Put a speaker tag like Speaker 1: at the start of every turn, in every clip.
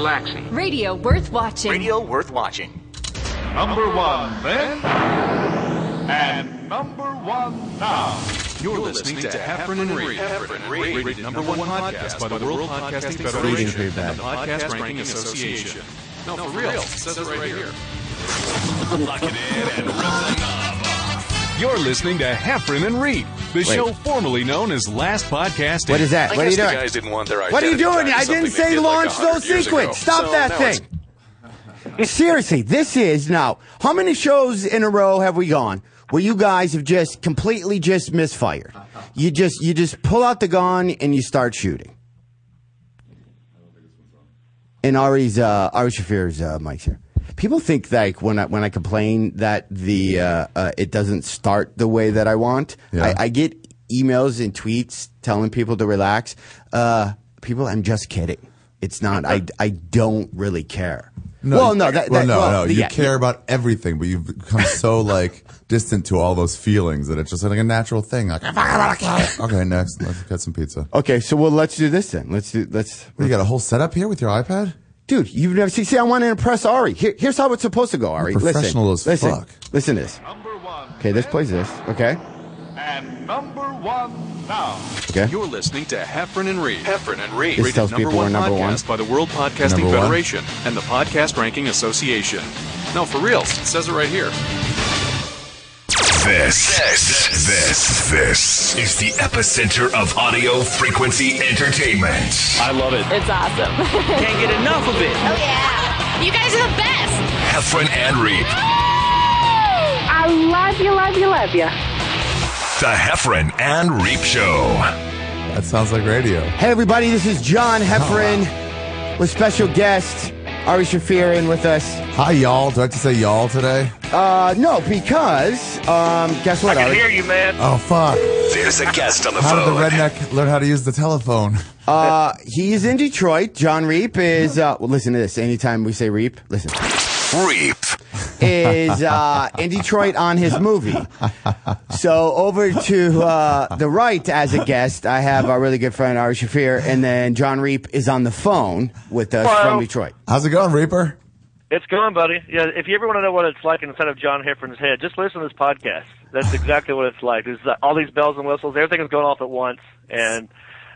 Speaker 1: Relaxing.
Speaker 2: Radio worth watching.
Speaker 3: Radio worth watching.
Speaker 4: Number one then, and number one now.
Speaker 5: You're listening to Heffron and Reed, rated number one podcast by the World Podcasting Federation and the Podcast Ranking Association. No, for real, it says it right here. You're listening to Heffron and Reed, the show formerly known as Last Podcasting.
Speaker 6: What is that?
Speaker 7: I
Speaker 6: what are you
Speaker 7: guess the
Speaker 6: doing?
Speaker 7: guys didn't want their
Speaker 6: what are you
Speaker 7: identity
Speaker 6: doing?
Speaker 7: tied
Speaker 6: I
Speaker 7: to
Speaker 6: didn't
Speaker 7: something they
Speaker 6: say
Speaker 7: did, like,
Speaker 6: launch
Speaker 7: 100
Speaker 6: those
Speaker 7: years ago.
Speaker 6: secrets. Stop
Speaker 7: So
Speaker 6: that
Speaker 7: now it's-
Speaker 6: thing. Seriously, this is now. How many shows in a row have we gone where you guys have just completely just misfired? You just you just pull out the gun and you start shooting. And Ari's uh, Ari Shafir's uh, mic's here. People think like when I when I complain that the uh, uh, it doesn't start the way that I want.
Speaker 8: Yeah.
Speaker 6: I, I get emails and tweets telling people to relax. Uh, people, I'm just kidding. It's not. I I don't really care. well, no, that, that,
Speaker 8: well, no,
Speaker 6: well,
Speaker 8: no. You
Speaker 6: yeah.
Speaker 8: care about everything, but you've become so like distant to all those feelings that it's just like a natural thing. Like, okay, next, let's get some pizza.
Speaker 6: Okay, so well, let's do this then. Let's do let's.
Speaker 8: What, you got a whole setup here with your iPad?
Speaker 6: Dude, you've never see. See, I want to impress Ari. Here, here's how it's supposed to go, Ari. Listen,
Speaker 8: professional as
Speaker 6: listen,
Speaker 8: fuck.
Speaker 6: Listen to this.
Speaker 4: Number one
Speaker 6: Okay, this plays this. Okay,
Speaker 4: and number one now.
Speaker 6: okay.
Speaker 5: You're listening to Heffron and Reed,
Speaker 7: Heffron and Reed.
Speaker 6: This
Speaker 5: rated
Speaker 6: tells
Speaker 5: number
Speaker 6: people
Speaker 5: one
Speaker 6: we're number one.
Speaker 5: podcast by the World Podcasting
Speaker 8: Number one.
Speaker 5: Federation and the Podcast Ranking Association. No, for real, it says it right here.
Speaker 9: This, this, this, this is the epicenter of audio frequency entertainment.
Speaker 10: I love it.
Speaker 11: It's awesome.
Speaker 10: Can't get enough of it.
Speaker 2: Oh, yeah. You guys are the best.
Speaker 9: Heffron and Reed.
Speaker 11: I love you, love you, love you.
Speaker 9: The Heffron and Reap Show.
Speaker 8: That sounds like radio.
Speaker 6: Hey, everybody, this is John Heffron with special guest Ari Shafir in with us.
Speaker 8: Hi, y'all. Do I have to say y'all today?
Speaker 6: Uh, no, because, um, guess what, Ari?
Speaker 10: Hear you, man.
Speaker 8: Oh fuck!
Speaker 9: There's a guest on the
Speaker 8: How did the
Speaker 9: phone.
Speaker 8: redneck learn how to use the telephone?
Speaker 6: Uh, he is in Detroit. John Reap is, uh, well, listen to this. Anytime we say Reap, listen,
Speaker 9: Reap.
Speaker 6: is, uh, in Detroit on his movie. So over to, uh, the right as a guest, I have our really good friend Ari Shafir, and then John Reap is on the phone with us
Speaker 10: Hello.
Speaker 6: from Detroit.
Speaker 8: How's it going, Reaper?
Speaker 10: It's going, buddy. Yeah, if you ever want to know what it's like inside of John Heffern's head, just listen to this podcast. That's exactly what it's like. There's uh, all these bells and whistles. Everything is going off at once, and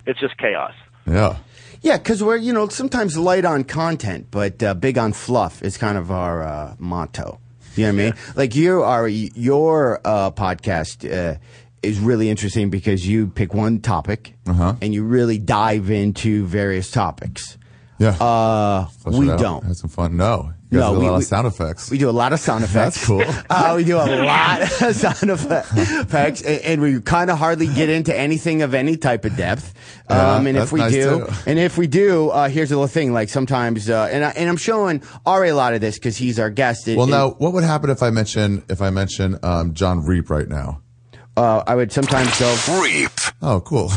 Speaker 10: it's just chaos.
Speaker 8: Yeah.
Speaker 6: Yeah, because we're you know sometimes light on content, but uh, big on fluff is kind of our uh, motto. You know what I mean? Like you are your uh, podcast uh, is really interesting because you pick one topic and you really dive into various topics.
Speaker 8: Yeah.
Speaker 6: Uh,
Speaker 8: Flush
Speaker 6: we
Speaker 8: it out.
Speaker 6: don't.
Speaker 8: Have some fun. No. You guys
Speaker 6: No,
Speaker 8: do a
Speaker 6: we-
Speaker 8: lot
Speaker 6: we-
Speaker 8: of sound effects.
Speaker 6: We do a lot of sound
Speaker 8: That's
Speaker 6: effects.
Speaker 8: cool.
Speaker 6: Uh, we do a lot of sound effe- effects, and, and we kind of hardly get into anything of any type of depth. Um,
Speaker 8: Yeah,
Speaker 6: and if
Speaker 8: that's
Speaker 6: we
Speaker 8: nice
Speaker 6: do,
Speaker 8: too.
Speaker 6: and if we do, uh, here's a little thing. Like sometimes, uh, and I, and I'm showing Ari a lot of this because he's our guest. and-
Speaker 8: well,
Speaker 6: and,
Speaker 8: now what would happen if I mention if I mention um, John Reap right now?
Speaker 6: uh, I would sometimes go.
Speaker 9: Reap.
Speaker 8: Oh, cool.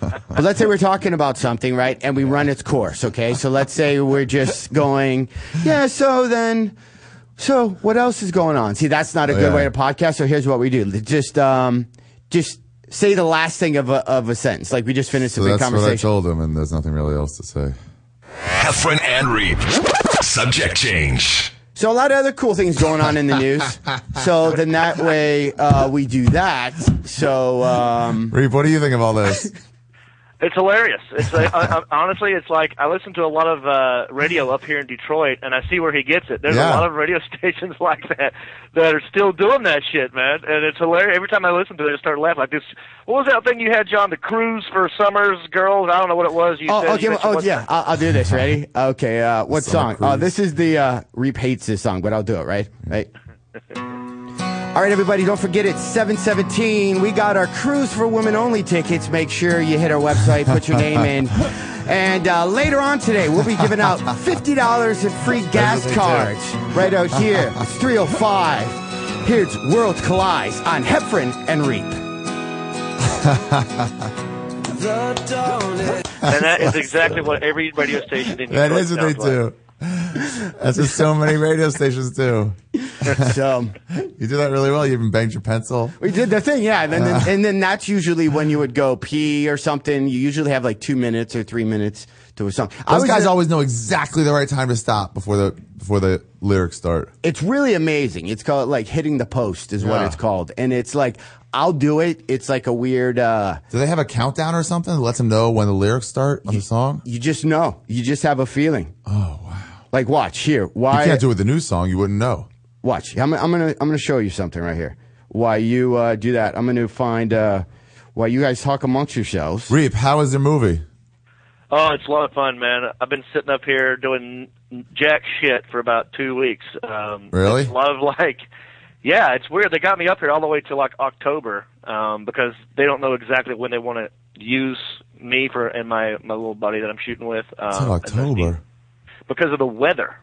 Speaker 6: But let's say we're talking about something, right? And we run its course, okay? So let's say we're just going, yeah, so then, so what else is going on? See, that's not a good
Speaker 8: Oh, Yeah.
Speaker 6: way to podcast. So here's what we do. Just, um, just say the last thing of a, of a sentence. Like we just finished
Speaker 8: so
Speaker 6: a big
Speaker 8: that's what I
Speaker 6: conversation.
Speaker 8: told him, and there's nothing really else to say.
Speaker 9: Heffron and Reap. Subject change.
Speaker 6: So a lot of other cool things going on in the news. so then that way, uh, we do that. So, um,
Speaker 8: Reap, what do you think of all this?
Speaker 10: It's hilarious. It's uh, uh, honestly, it's like I listen to a lot of uh, radio up here in Detroit, and I see where he gets it. There's
Speaker 8: Yeah.
Speaker 10: a lot of radio stations like that that are still doing that shit, man. And it's hilarious. Every time I listen to it, I start laughing. Like this, what was that thing you had, John? The cruise for summers, girls. I don't know what it was. You
Speaker 6: Oh,
Speaker 10: said,
Speaker 6: okay.
Speaker 10: you
Speaker 6: well,
Speaker 10: mentioned
Speaker 6: Oh,
Speaker 10: one-
Speaker 6: yeah. I'll, I'll do this. Ready? Okay. Uh, what
Speaker 8: Summer
Speaker 6: song? Oh,
Speaker 8: Cruise.
Speaker 6: this is the uh, Reap hates this song, but I'll do it. Right. Right. All right, everybody. Don't forget it's seven seventeen. We got our cruise for women only tickets. Make sure you hit our website, put your name in, and uh, later on today we'll be giving out fifty dollars in free gas
Speaker 8: they do.
Speaker 6: cards right out here. It's three oh five. Here's Worlds Collides on Heffron and Reap.
Speaker 10: And that is exactly what every radio station in Detroit
Speaker 8: That is what they
Speaker 10: sounds like.
Speaker 8: do. That's what so many radio stations do.
Speaker 6: So.
Speaker 8: You do that really well. You even banged your pencil.
Speaker 6: We did the thing, yeah. And then,
Speaker 8: Uh.
Speaker 6: and then that's usually when you would go pee or something. You usually have like two minutes or three minutes to a song. I
Speaker 8: Those
Speaker 6: was
Speaker 8: guys
Speaker 6: in-
Speaker 8: always know exactly the right time to stop before the before the lyrics start.
Speaker 6: it's really amazing. It's called like hitting the post is what
Speaker 8: Yeah.
Speaker 6: it's called, and it's like I'll do it. It's like a weird. uh
Speaker 8: Do they have a countdown or something that lets them know when the lyrics start on the song? You
Speaker 6: You just know. You just have a feeling. Oh wow! Like watch here. Why
Speaker 8: can't do it with the new song. You wouldn't know.
Speaker 6: Watch. I'm, I'm gonna I'm gonna show you something right here. Why you uh, do that? I'm gonna find. Uh, why you guys talk amongst yourselves?
Speaker 8: Reap, how is their movie?
Speaker 10: Oh, it's a lot of fun, man. I've been sitting up here doing jack shit for about two weeks. Um,
Speaker 8: Really?
Speaker 10: It's a lot of like, yeah, it's weird. They got me up here all the way to like October um, because they don't know exactly when they want to use me for and my my little buddy that I'm shooting with. Um,
Speaker 8: It's in
Speaker 10: as a-
Speaker 8: October.
Speaker 10: because of the weather.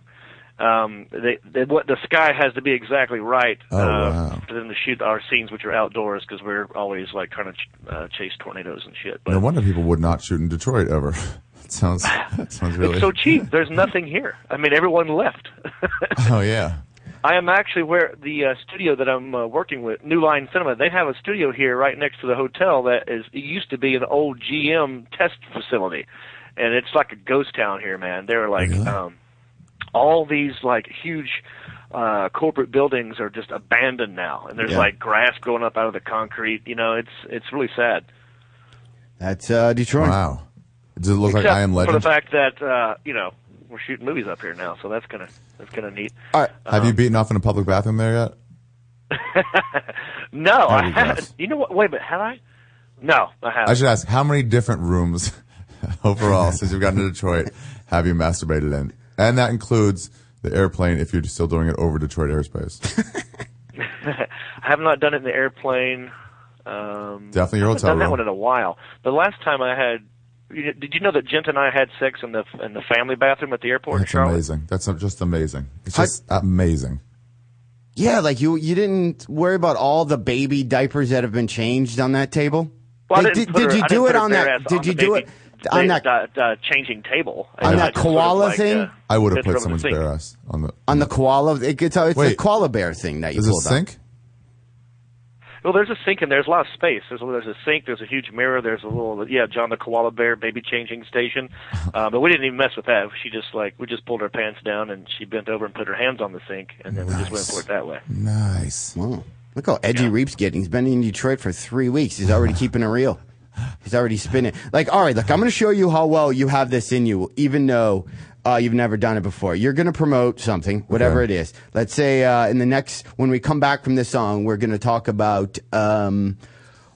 Speaker 10: Um, they, they, what the sky has to be exactly right
Speaker 8: Oh,
Speaker 10: uh,
Speaker 8: wow.
Speaker 10: for them to shoot our scenes, which are outdoors, because we're always like trying to ch- uh, chase tornadoes and shit. But
Speaker 8: No wonder people would not shoot in Detroit ever. It sounds it sounds really.
Speaker 10: it's so cheap. There's nothing here. I mean, everyone left.
Speaker 8: oh yeah.
Speaker 10: I am actually where the uh, studio that I'm uh, working with, New Line Cinema. They have a studio here right next to the hotel that is it used to be an old GM test facility, and it's like a ghost town here, man. They're like
Speaker 8: Really?
Speaker 10: um, all these like huge uh, corporate buildings are just abandoned now, and there's
Speaker 8: Yeah.
Speaker 10: like grass growing up out of the concrete. You know, it's it's really sad.
Speaker 6: That's uh, Detroit.
Speaker 8: Wow. Does it look like
Speaker 10: Except
Speaker 8: I Am
Speaker 10: for the
Speaker 8: Legend?
Speaker 10: fact that uh, you know we're shooting movies up here now, so that's gonna that's gonna neat.
Speaker 6: All right.
Speaker 8: Have you beaten off in a public bathroom there yet?
Speaker 10: No, I
Speaker 8: you
Speaker 10: haven't.
Speaker 8: guys.
Speaker 10: You know what? Wait a minute, have I? No, I haven't.
Speaker 8: I should ask how many different rooms overall since you've gotten to Detroit have you masturbated in, and that includes the airplane if you're still doing it over Detroit airspace.
Speaker 10: I have not done it in the airplane. Um,
Speaker 8: Definitely your
Speaker 10: I haven't
Speaker 8: hotel
Speaker 10: done that
Speaker 8: room.
Speaker 10: one in a while. The last time I had, you- did you know that Jent and I had sex in the in the family bathroom at the airport in
Speaker 8: That's
Speaker 10: Charlotte?
Speaker 8: amazing. That's just amazing. It's
Speaker 6: How-
Speaker 8: just amazing.
Speaker 6: Yeah, like you you didn't worry about all the baby diapers that have been changed on that table.
Speaker 10: Well, I
Speaker 6: Like,
Speaker 10: didn't
Speaker 6: did,
Speaker 10: put
Speaker 6: did
Speaker 10: her-
Speaker 6: you
Speaker 10: I
Speaker 6: do
Speaker 10: didn't
Speaker 6: it
Speaker 10: put her
Speaker 6: on
Speaker 10: bare
Speaker 6: that?
Speaker 10: ass
Speaker 6: Did
Speaker 10: on
Speaker 6: you
Speaker 10: the
Speaker 6: do
Speaker 10: baby-
Speaker 6: it on
Speaker 10: ba-
Speaker 6: that
Speaker 10: da- da- changing table?
Speaker 6: On
Speaker 10: I
Speaker 6: that
Speaker 10: just sort of
Speaker 6: koala
Speaker 10: like,
Speaker 6: thing?
Speaker 10: uh,
Speaker 8: I would have
Speaker 10: just
Speaker 8: put
Speaker 10: rubbed the
Speaker 8: someone's
Speaker 10: sink.
Speaker 8: bare ass on the
Speaker 6: on the koala? It gets it's the
Speaker 8: Wait.
Speaker 6: koala bear thing that you
Speaker 8: Is it
Speaker 6: pulled up.
Speaker 8: sink?
Speaker 10: Well, there's a sink in there. There's a lot of space. There's a, there's a sink. There's a huge mirror. There's a little yeah, John the koala bear baby changing station. Uh, but we didn't even mess with that. She just like we just pulled her pants down and she bent over and put her hands on the sink and then we just went
Speaker 8: Nice.
Speaker 10: for it that way.
Speaker 8: Nice.
Speaker 6: Wow. Look how edgy Reep's getting. He's been in Detroit for three weeks. He's already keeping it real. He's already spinning. Like, all right, look, I'm going to show you how well you have this in you, even though uh, you've never done it before. You're going to promote something, whatever
Speaker 8: Okay.
Speaker 6: it is. Let's say uh, in the next, when we come back from this song, we're going to talk about um,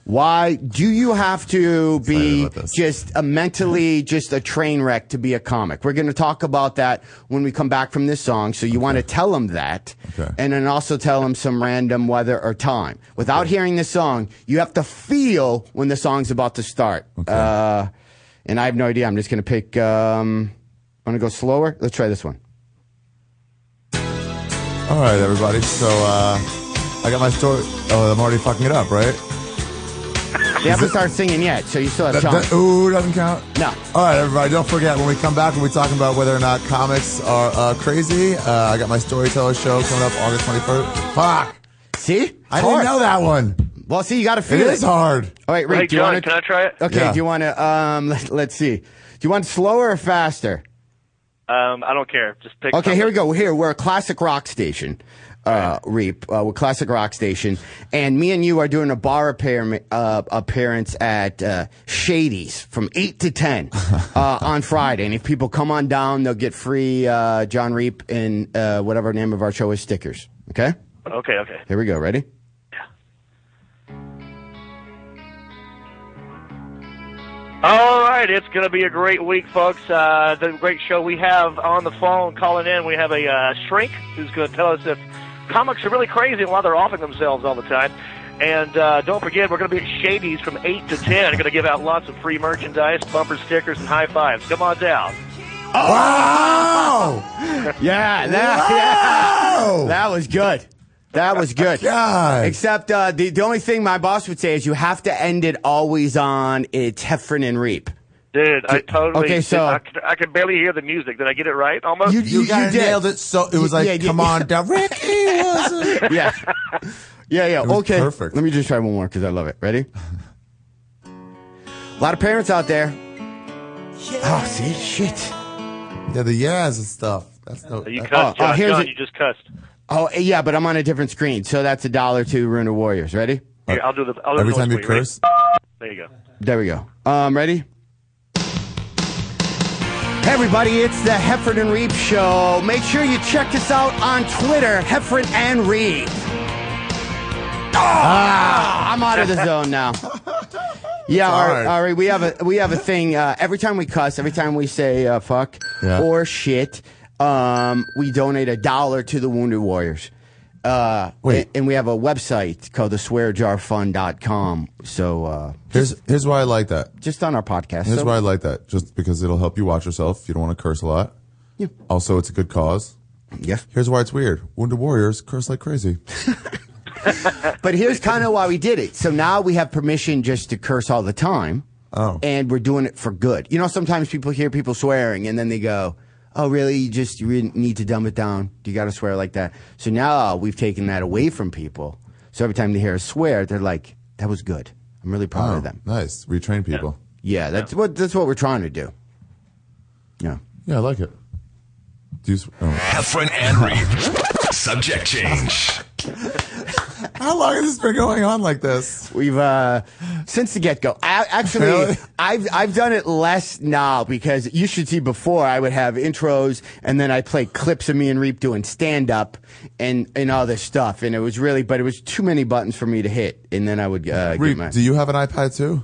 Speaker 6: why do you have to be
Speaker 8: about this.
Speaker 6: just a mentally just a train wreck to be a comic? We're going to talk about that when we come back from this song. So you want to tell them that,
Speaker 8: Okay.
Speaker 6: and then also tell them some random weather or time. Without hearing the song, you have to feel when the song's about to start. Uh, and I have no idea. I'm just going to pick. Um, want to go slower? Let's try this one.
Speaker 8: All right, everybody. So uh, I got my story. Oh, I'm already fucking it up, right?
Speaker 6: You haven't started singing yet, so you still have
Speaker 8: That,
Speaker 6: time.
Speaker 8: that- ooh, doesn't count.
Speaker 6: No.
Speaker 8: All right, everybody. Don't forget when we come back, we'll be talking about whether or not comics are uh, crazy. Uh, I got my storyteller show coming up August 21st. Fuck.
Speaker 6: See, It's
Speaker 8: I
Speaker 6: hard.
Speaker 8: didn't know that one.
Speaker 6: Well, see, you got to
Speaker 8: It
Speaker 6: feel
Speaker 8: is hard.
Speaker 6: All right, Rick,
Speaker 10: Hey,
Speaker 6: do you
Speaker 10: John,
Speaker 6: want
Speaker 10: can I try it?
Speaker 6: Okay,
Speaker 8: Yeah.
Speaker 6: do you want to um let, let's see. Do you want slower or faster?
Speaker 10: Um, I don't care. Just pick.
Speaker 6: Uh, Okay, here we go.
Speaker 10: something.
Speaker 6: Here, we're a classic rock station. Uh, Reap, uh, we're classic rock station, and me and you are doing a bar appear- uh, appearance at uh, Shady's from eight to ten uh, on Friday. And if people come on down, they'll get free uh, John Reap and uh, whatever name of our show is stickers. Okay,
Speaker 10: Okay, okay.
Speaker 6: here we go. Ready?
Speaker 10: All right, it's going to be a great week, folks. Uh, the great show we have on the phone calling in. We have a uh, shrink who's going to tell us if comics are really crazy and why they're offing themselves all the time. And uh, don't forget, we're going to be at Shady's from 8 to 10. We're going to give out lots of free merchandise, bumper stickers, and high fives. Come on down.
Speaker 6: Oh.
Speaker 8: Wow.
Speaker 6: Yeah, that,
Speaker 8: Wow.
Speaker 6: that was good. That was good.
Speaker 8: God.
Speaker 6: Except uh, the, the only thing my boss would say is you have to end it always on it's Heffron and Reap.
Speaker 10: Dude, I totally.
Speaker 6: Okay, so-
Speaker 10: I, could- I can barely hear the music. Did I get it right almost?
Speaker 6: You-
Speaker 8: You, guys
Speaker 6: did.
Speaker 8: nailed it. So it was
Speaker 6: You-
Speaker 8: like,
Speaker 6: yeah, you-
Speaker 8: come on, down. Ricky was a-
Speaker 6: Yeah. yeah, yeah.
Speaker 8: was
Speaker 6: Okay.
Speaker 8: perfect.
Speaker 6: Let me just try one more because I love it. Ready? A lot of parents out there. Oh, see, shit.
Speaker 8: Yeah, the yas and stuff. That's no.
Speaker 10: You
Speaker 8: that-
Speaker 10: cussed,
Speaker 6: oh,
Speaker 10: John.
Speaker 6: here's
Speaker 10: John,
Speaker 6: a-
Speaker 10: you just cussed.
Speaker 6: Oh, yeah, but I'm on a different screen, so that's a dollar to Runa Warriors. Ready?
Speaker 10: Here, I'll do the. I'll do
Speaker 8: every
Speaker 10: the
Speaker 8: time you
Speaker 10: noise for
Speaker 8: curse.
Speaker 10: There you go.
Speaker 6: There we go. Um, ready? Hey everybody, it's the Hefford and Reap Show. Make sure you check us out on Twitter, Hefford and Reap. Ah, I'm out of the zone now. Yeah, all right,
Speaker 8: hard.
Speaker 6: all right. We have a we have a thing. Uh, every time we cuss, every time we say uh, fuck
Speaker 8: Yeah.
Speaker 6: or shit, um, we donate a dollar to the Wounded Warriors. Uh,
Speaker 8: Wait.
Speaker 6: and, and we have a website called the swearjarfund.com. So uh,
Speaker 8: Here's here's why I like that.
Speaker 6: just on our podcast.
Speaker 8: Here's
Speaker 6: So-
Speaker 8: why I like that. Just because it'll help you watch yourself. You don't want to curse a lot.
Speaker 6: Yeah.
Speaker 8: Also, it's a good cause.
Speaker 6: Yeah.
Speaker 8: Here's why it's weird. Wounded warriors curse like crazy.
Speaker 6: But here's kind of why we did it. So now we have permission just to curse all the time.
Speaker 8: Oh.
Speaker 6: And we're doing it for good. You know, sometimes people hear people swearing and then they go, Oh, really? You just you really need to dumb it down. You got to swear like that. So now we've taken that away from people. So every time they hear us swear, they're like, That was good. I'm really proud
Speaker 8: Oh,
Speaker 6: of them.
Speaker 8: nice. Retrain people.
Speaker 6: Yeah, that's what that's what we're trying to do. Yeah.
Speaker 8: Yeah, I like it. Do you, s- oh.
Speaker 9: Heffron and Reap. Subject change.
Speaker 8: How long has this been going on like this?
Speaker 6: We've uh since the get go. Actually,
Speaker 8: Really?
Speaker 6: I've I've done it less now because you should see before I would have intros and then I play clips of me and Reap doing stand up and and all this stuff and it was really but it was too many buttons for me to hit and then I would uh, get
Speaker 8: Reed,
Speaker 6: my
Speaker 8: do you have an iPad too?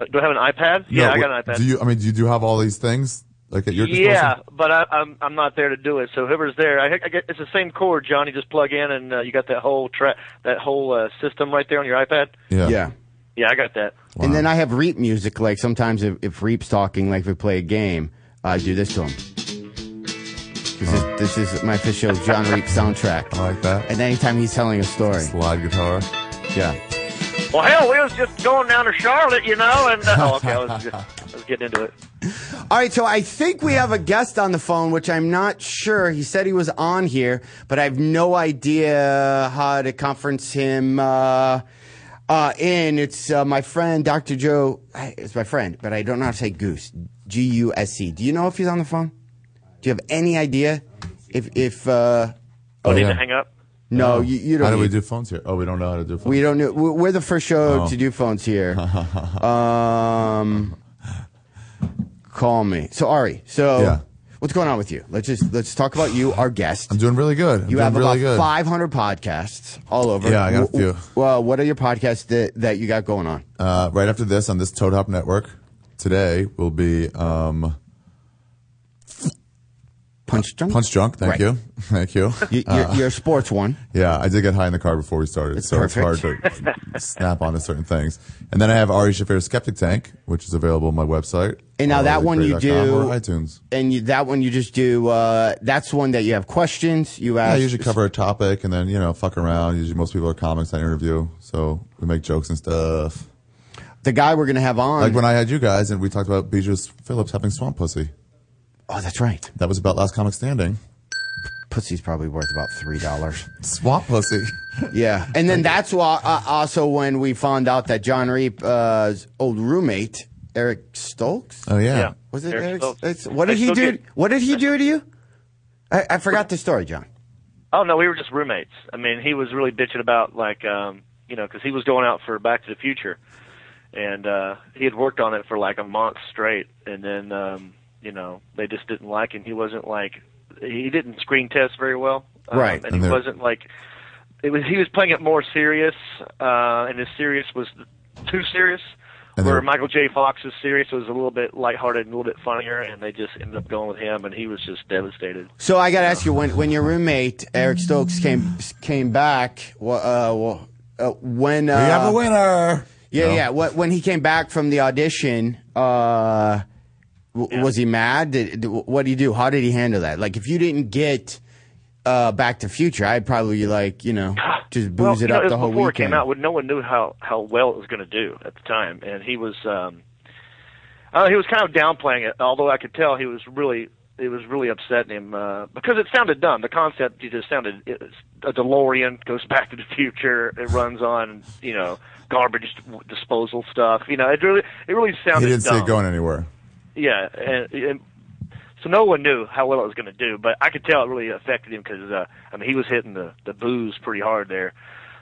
Speaker 10: Uh, Do I have an iPad? yeah,
Speaker 8: No,
Speaker 10: I got an
Speaker 8: what-
Speaker 10: iPad.
Speaker 8: Do you? I mean, do you do have all these things like at your disposal?
Speaker 10: yeah, but I, I'm I'm not there to do it. So whoever's there, I, I get, it's the same cord, John. You just plug in, and uh, you got that whole tra- that whole uh, system right there on your iPad.
Speaker 8: Yeah.
Speaker 6: yeah.
Speaker 10: Yeah, I got that.
Speaker 6: And then I have Reap music like sometimes if, if Reap's talking like if we play a game, I do this to him. This is this is my official John Reap soundtrack.
Speaker 8: I like that.
Speaker 6: And anytime he's telling a story.
Speaker 8: Slide guitar.
Speaker 6: Yeah.
Speaker 10: Well, hell, we was just going down to Charlotte, you know, and uh, oh, okay, I was, just, I was getting into it.
Speaker 6: All right, so I think we have a guest on the phone, which I'm not sure. He said he was on here, but I have no idea how to conference him uh, uh, in. It's uh, my friend, Dr. Joe. It's my friend, but I don't know how to say goose. G U S C. Do you know if he's on the phone? Do you have any idea? If if uh,
Speaker 10: Oh, need
Speaker 8: yeah.
Speaker 10: to hang up.
Speaker 6: no, you, you don't.
Speaker 8: How do we
Speaker 6: need-
Speaker 8: do phones here? Oh, we don't know how to do phones.
Speaker 6: We don't know. we- We're the first show
Speaker 8: Oh.
Speaker 6: to do phones here. um, call me. So Ari, so
Speaker 8: Yeah.
Speaker 6: what's going on with you? Let's just let's talk about you, our guest.
Speaker 8: I'm doing really good. I'm
Speaker 6: you
Speaker 8: doing
Speaker 6: have
Speaker 8: really
Speaker 6: about
Speaker 8: good.
Speaker 6: 500 podcasts all over.
Speaker 8: Yeah, I got a
Speaker 6: W- w-
Speaker 8: few.
Speaker 6: Well, what are your podcasts that, that you got going on?
Speaker 8: Uh, right after this on this Toad Hop Network today will be um,
Speaker 6: Punch Drunk.
Speaker 8: Punch Uh. Drunk. Thank
Speaker 6: Right.
Speaker 8: you, thank you.
Speaker 6: You, you're, you're a sports one.
Speaker 8: Yeah, I did get high in the car before we started, so it's
Speaker 6: perfect.
Speaker 8: hard to snap onto certain things. And then I have Ari Shafir's Skeptic Tank, which is available on my website.
Speaker 6: And now that one you
Speaker 8: RILEigh.com or
Speaker 6: do-
Speaker 8: iTunes.
Speaker 6: And you, that one you just do. Uh, that's one that you have questions. You ask.
Speaker 8: I usually cover a topic and then you know fuck around. Usually most people are comics I interview, so we make jokes and stuff.
Speaker 6: the guy we're gonna have on.
Speaker 8: Like when I had you guys and we talked about Bijou Phillips having swamp pussy.
Speaker 6: oh, that's right.
Speaker 8: That was about Last Comic Standing.
Speaker 6: Pussy's probably worth about three dollars.
Speaker 8: Swamp pussy.
Speaker 6: Yeah, and then that's why uh, also when we found out that John Reap's old roommate Eric Stokes
Speaker 8: Oh yeah.
Speaker 10: Yeah.
Speaker 6: was it
Speaker 10: Eric
Speaker 6: Eric?
Speaker 10: Stoltz.
Speaker 6: Stokes? What
Speaker 10: I
Speaker 6: did he
Speaker 10: still
Speaker 6: do?
Speaker 10: get-
Speaker 6: What did he do to you? I, I forgot the story, John.
Speaker 10: Oh no, we were just roommates. I mean, he was really bitching about like um, you know, 'cause he was going out for Back to the Future, and uh, he had worked on it for like a month straight, and then um, you know they just didn't like him. He wasn't like he didn't screen test very well, um,
Speaker 6: Right,
Speaker 10: And,
Speaker 8: and
Speaker 10: he
Speaker 8: they're-
Speaker 10: wasn't like it was. He was playing it more serious, uh, and his serious was too serious.
Speaker 8: And
Speaker 10: Where
Speaker 8: they're-
Speaker 10: Michael J. Fox's serious was a little bit lighthearted and a little bit funnier, and they just ended up going with him, and he was just devastated.
Speaker 6: So I got to ask you when when your roommate Eric Stokes came came back. wha- Uh, wha- uh, when uh,
Speaker 8: We have a winner.
Speaker 6: Yeah,
Speaker 8: No?
Speaker 6: yeah. When, when he came back from the audition, uh, w- was he mad? Did, did- what did he do? How did he handle that? Like, if you didn't get uh, Back to Future, I'd probably like you know just booze
Speaker 10: well,
Speaker 6: it
Speaker 10: you know,
Speaker 6: up
Speaker 10: was
Speaker 6: the whole
Speaker 10: before
Speaker 6: weekend.
Speaker 10: it came out, no one knew how how well it was going to do at the time, and he was um, uh, he was kind of downplaying it. Although I could tell he was really it was really upsetting him uh, because it sounded dumb. The concept it just sounded it, a DeLorean goes back to the future. It runs on you know garbage disposal stuff. You know it really it really
Speaker 8: He
Speaker 10: sounded.
Speaker 8: didn't see
Speaker 10: dumb.
Speaker 8: it going anywhere.
Speaker 10: yeah, and, and so no one knew how well it was going to do, but I could tell it really affected him because uh, I mean he was hitting the the booze pretty hard there,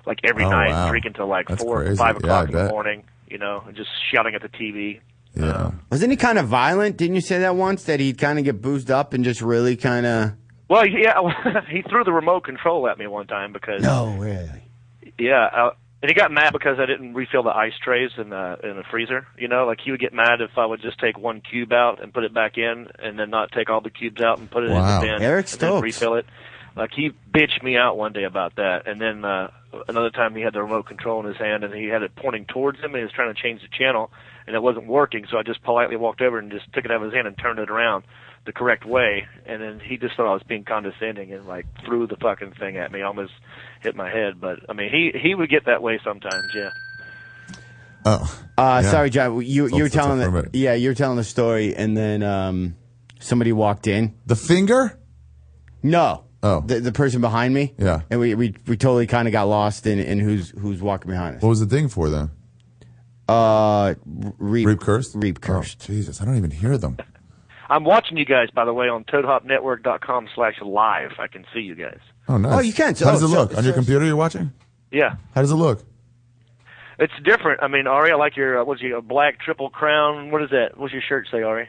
Speaker 10: like every
Speaker 8: Oh,
Speaker 10: night,
Speaker 8: wow.
Speaker 10: drinking till like
Speaker 8: That's
Speaker 10: four or
Speaker 8: crazy. Yeah, I
Speaker 10: five o'clock in the
Speaker 8: bet.
Speaker 10: morning, you know, and just shouting at the TV.
Speaker 8: Yeah.
Speaker 6: Wasn't he kind of violent? Didn't you say that once that he'd kind of get boozed up and just really kind of?
Speaker 10: Well, yeah, he threw the remote control at me one time because
Speaker 6: No, really.
Speaker 10: Yeah, uh, and he got mad because I didn't refill the ice trays in the in the freezer. You know, like he would get mad if I would just take one cube out and put it back in, and then not take all the cubes out and put it
Speaker 8: Wow.
Speaker 10: in the bin
Speaker 6: Eric
Speaker 10: and then
Speaker 6: Stokes.
Speaker 10: refill it. Like he bitched me out one day about that, and then uh, another time he had the remote control in his hand and he had it pointing towards him and he was trying to change the channel and it wasn't working, so I just politely walked over and just took it out of his hand and turned it around the correct way, and then he just thought I was being condescending and like threw the fucking thing at me, almost hit my head. But I mean, he he would get that way sometimes, yeah.
Speaker 8: Oh.
Speaker 6: Uh,
Speaker 8: Yeah.
Speaker 6: Sorry, John. You you were
Speaker 8: it's a
Speaker 6: telling the
Speaker 8: permit.
Speaker 6: yeah you were telling the story, and then um, somebody walked in.
Speaker 8: The finger?
Speaker 6: No.
Speaker 8: Oh.
Speaker 6: The, the person behind me.
Speaker 8: Yeah.
Speaker 6: And we, we, we totally kind of got lost in, in who's who's walking behind us.
Speaker 8: What was the ding for then?
Speaker 6: Uh, reap,
Speaker 8: Reap cursed?
Speaker 6: Reap cursed.
Speaker 8: Oh, Jesus, I don't even hear them.
Speaker 10: I'm watching you guys, by the way, on ToadHopNetwork.com slash live. I can see you guys.
Speaker 8: Oh, nice.
Speaker 6: Oh, you can.
Speaker 8: How does
Speaker 6: Oh,
Speaker 8: it
Speaker 6: so-
Speaker 8: look? On your
Speaker 6: so-
Speaker 8: computer you're watching?
Speaker 10: Yeah,
Speaker 8: How does it look?
Speaker 10: it's different. I mean, Ari, I like your uh, what's your black triple crown? What is that? What's your shirt say, Ari?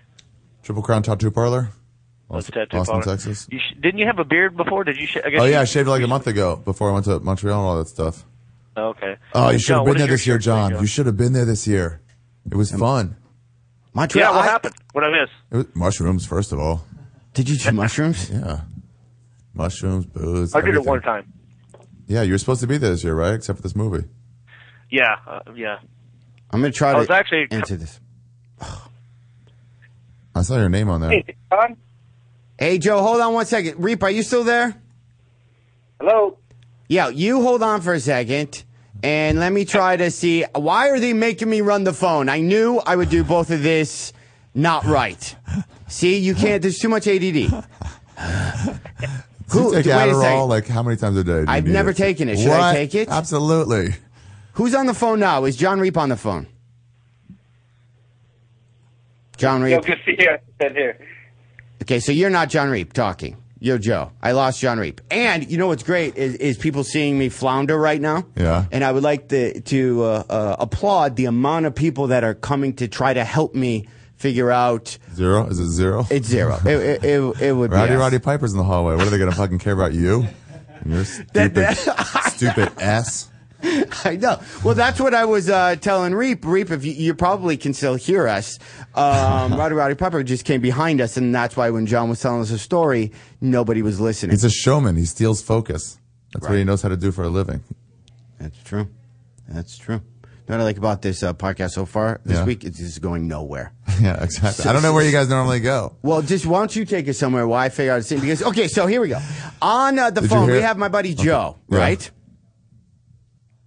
Speaker 8: Triple Crown Tattoo Parlor?
Speaker 10: What's
Speaker 8: Austin,
Speaker 10: that tattoo
Speaker 8: Austin
Speaker 10: parlor?
Speaker 8: Texas?
Speaker 10: You sh- didn't you have a beard before? Did you? Sh- I guess
Speaker 8: Oh, yeah, I
Speaker 10: you-
Speaker 8: shaved it like a month ago before I went to Montreal and all that stuff.
Speaker 10: Okay.
Speaker 8: Oh, you
Speaker 10: John,
Speaker 8: should have
Speaker 10: what
Speaker 8: been
Speaker 10: does
Speaker 8: there
Speaker 10: your
Speaker 8: this year,
Speaker 10: shirt say,
Speaker 8: John. You should have been there this year. It was fun.
Speaker 6: Montreal.
Speaker 10: Yeah, what
Speaker 6: I-
Speaker 10: happened? What I miss?
Speaker 8: It was mushrooms, first of all.
Speaker 6: Did you do mushrooms?
Speaker 8: Yeah. Mushrooms, booze.
Speaker 10: I did it
Speaker 8: everything.
Speaker 10: one time.
Speaker 8: Yeah, you were supposed to be there this year, right? Except for this movie.
Speaker 10: Yeah, uh, yeah.
Speaker 6: I'm gonna try
Speaker 10: I was
Speaker 6: to
Speaker 10: actually-
Speaker 6: answer this.
Speaker 8: I saw your name on there.
Speaker 1: John?
Speaker 6: Hey, Joe, hold on one second. Reap, are you still there?
Speaker 1: Hello?
Speaker 6: Yeah, you hold on for a second. And let me try to see why are they making me run the phone? I knew I would do both of this not right. See, you can't there's too much ADD.
Speaker 8: Do you
Speaker 6: Who-
Speaker 8: take
Speaker 6: wait a
Speaker 8: Adderall
Speaker 6: second.
Speaker 8: like how many times a day? do you
Speaker 6: I've
Speaker 8: need
Speaker 6: never taken it. Should I
Speaker 8: What?
Speaker 6: take it?
Speaker 8: Absolutely.
Speaker 6: Who's on the phone now? Is John Reap on the phone? John
Speaker 1: Yo,
Speaker 6: Reap.
Speaker 1: good to hear. Said here.
Speaker 6: Okay, so you're not John Reap talking. You're Joe. I lost John Reap. And you know what's great is, is people seeing me flounder right now.
Speaker 8: Yeah.
Speaker 6: And I would like to, to uh, uh, applaud the amount of people that are coming to try to help me figure out.
Speaker 8: Zero? Is it zero?
Speaker 6: It's zero. it, it, it, it would
Speaker 8: Rowdy
Speaker 6: be. us.
Speaker 8: Roddy Piper's in the hallway. What are they going to fucking care about you? And your stupid, stupid ass.
Speaker 6: I know. Well, that's what I was uh, telling Reap. Reap, if you, you probably can still hear us, um, Rowdy Rowdy Pepper just came behind us, and that's why when John was telling us a story, nobody was listening.
Speaker 8: He's a showman. He steals focus. That's what he knows how to do for a living.
Speaker 6: That's true. That's true. You know What I like about this uh, podcast so far this
Speaker 8: Yeah.
Speaker 6: week is it's going nowhere.
Speaker 8: Yeah, exactly. I don't know where you guys normally go.
Speaker 6: Well, just why don't you take us somewhere while I figure out a scene? Because okay, so here we go. On uh, the
Speaker 8: Did you
Speaker 6: phone, we
Speaker 8: hear-
Speaker 6: have my buddy Joe,
Speaker 8: Yeah.
Speaker 6: right?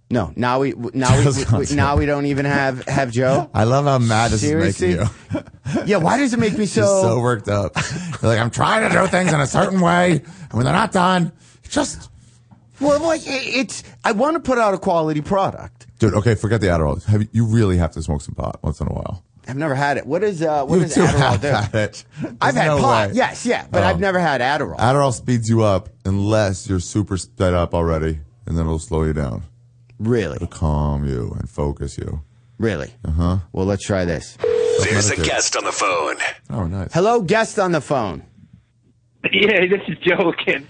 Speaker 6: No, now we now we,
Speaker 8: That's
Speaker 6: we,
Speaker 8: not
Speaker 6: now we don't even have have Joe.
Speaker 8: I love how mad this
Speaker 6: Seriously?
Speaker 8: is making you.
Speaker 6: Yeah, why does it make me
Speaker 8: Just so worked up. You're like, I'm trying to do things in a certain way. And when they're not done, just.
Speaker 6: Well, like it- it's, I want to put out a quality product.
Speaker 8: Dude, okay, forget the Adderall. Have, you- you really have to smoke some pot once in a while.
Speaker 6: I've never had it. What is uh, what
Speaker 8: you
Speaker 6: does
Speaker 8: too
Speaker 6: Adderall
Speaker 8: have
Speaker 6: do?
Speaker 8: had it.
Speaker 6: I've
Speaker 8: There's
Speaker 6: had
Speaker 8: no
Speaker 6: pot,
Speaker 8: way.
Speaker 6: yes, yeah, but
Speaker 8: Oh.
Speaker 6: I've never had Adderall.
Speaker 8: Adderall speeds you up unless you're super sped up already, and then it'll slow you down,
Speaker 6: really,
Speaker 8: calm you, and focus you.
Speaker 6: really. Uh
Speaker 8: Uh-huh.
Speaker 6: huh. Well, let's try this.
Speaker 9: There's a
Speaker 8: Meditate.
Speaker 9: guest on the phone.
Speaker 8: Oh, nice.
Speaker 6: Hello, guest on the phone.
Speaker 1: Yeah, this is Joe again.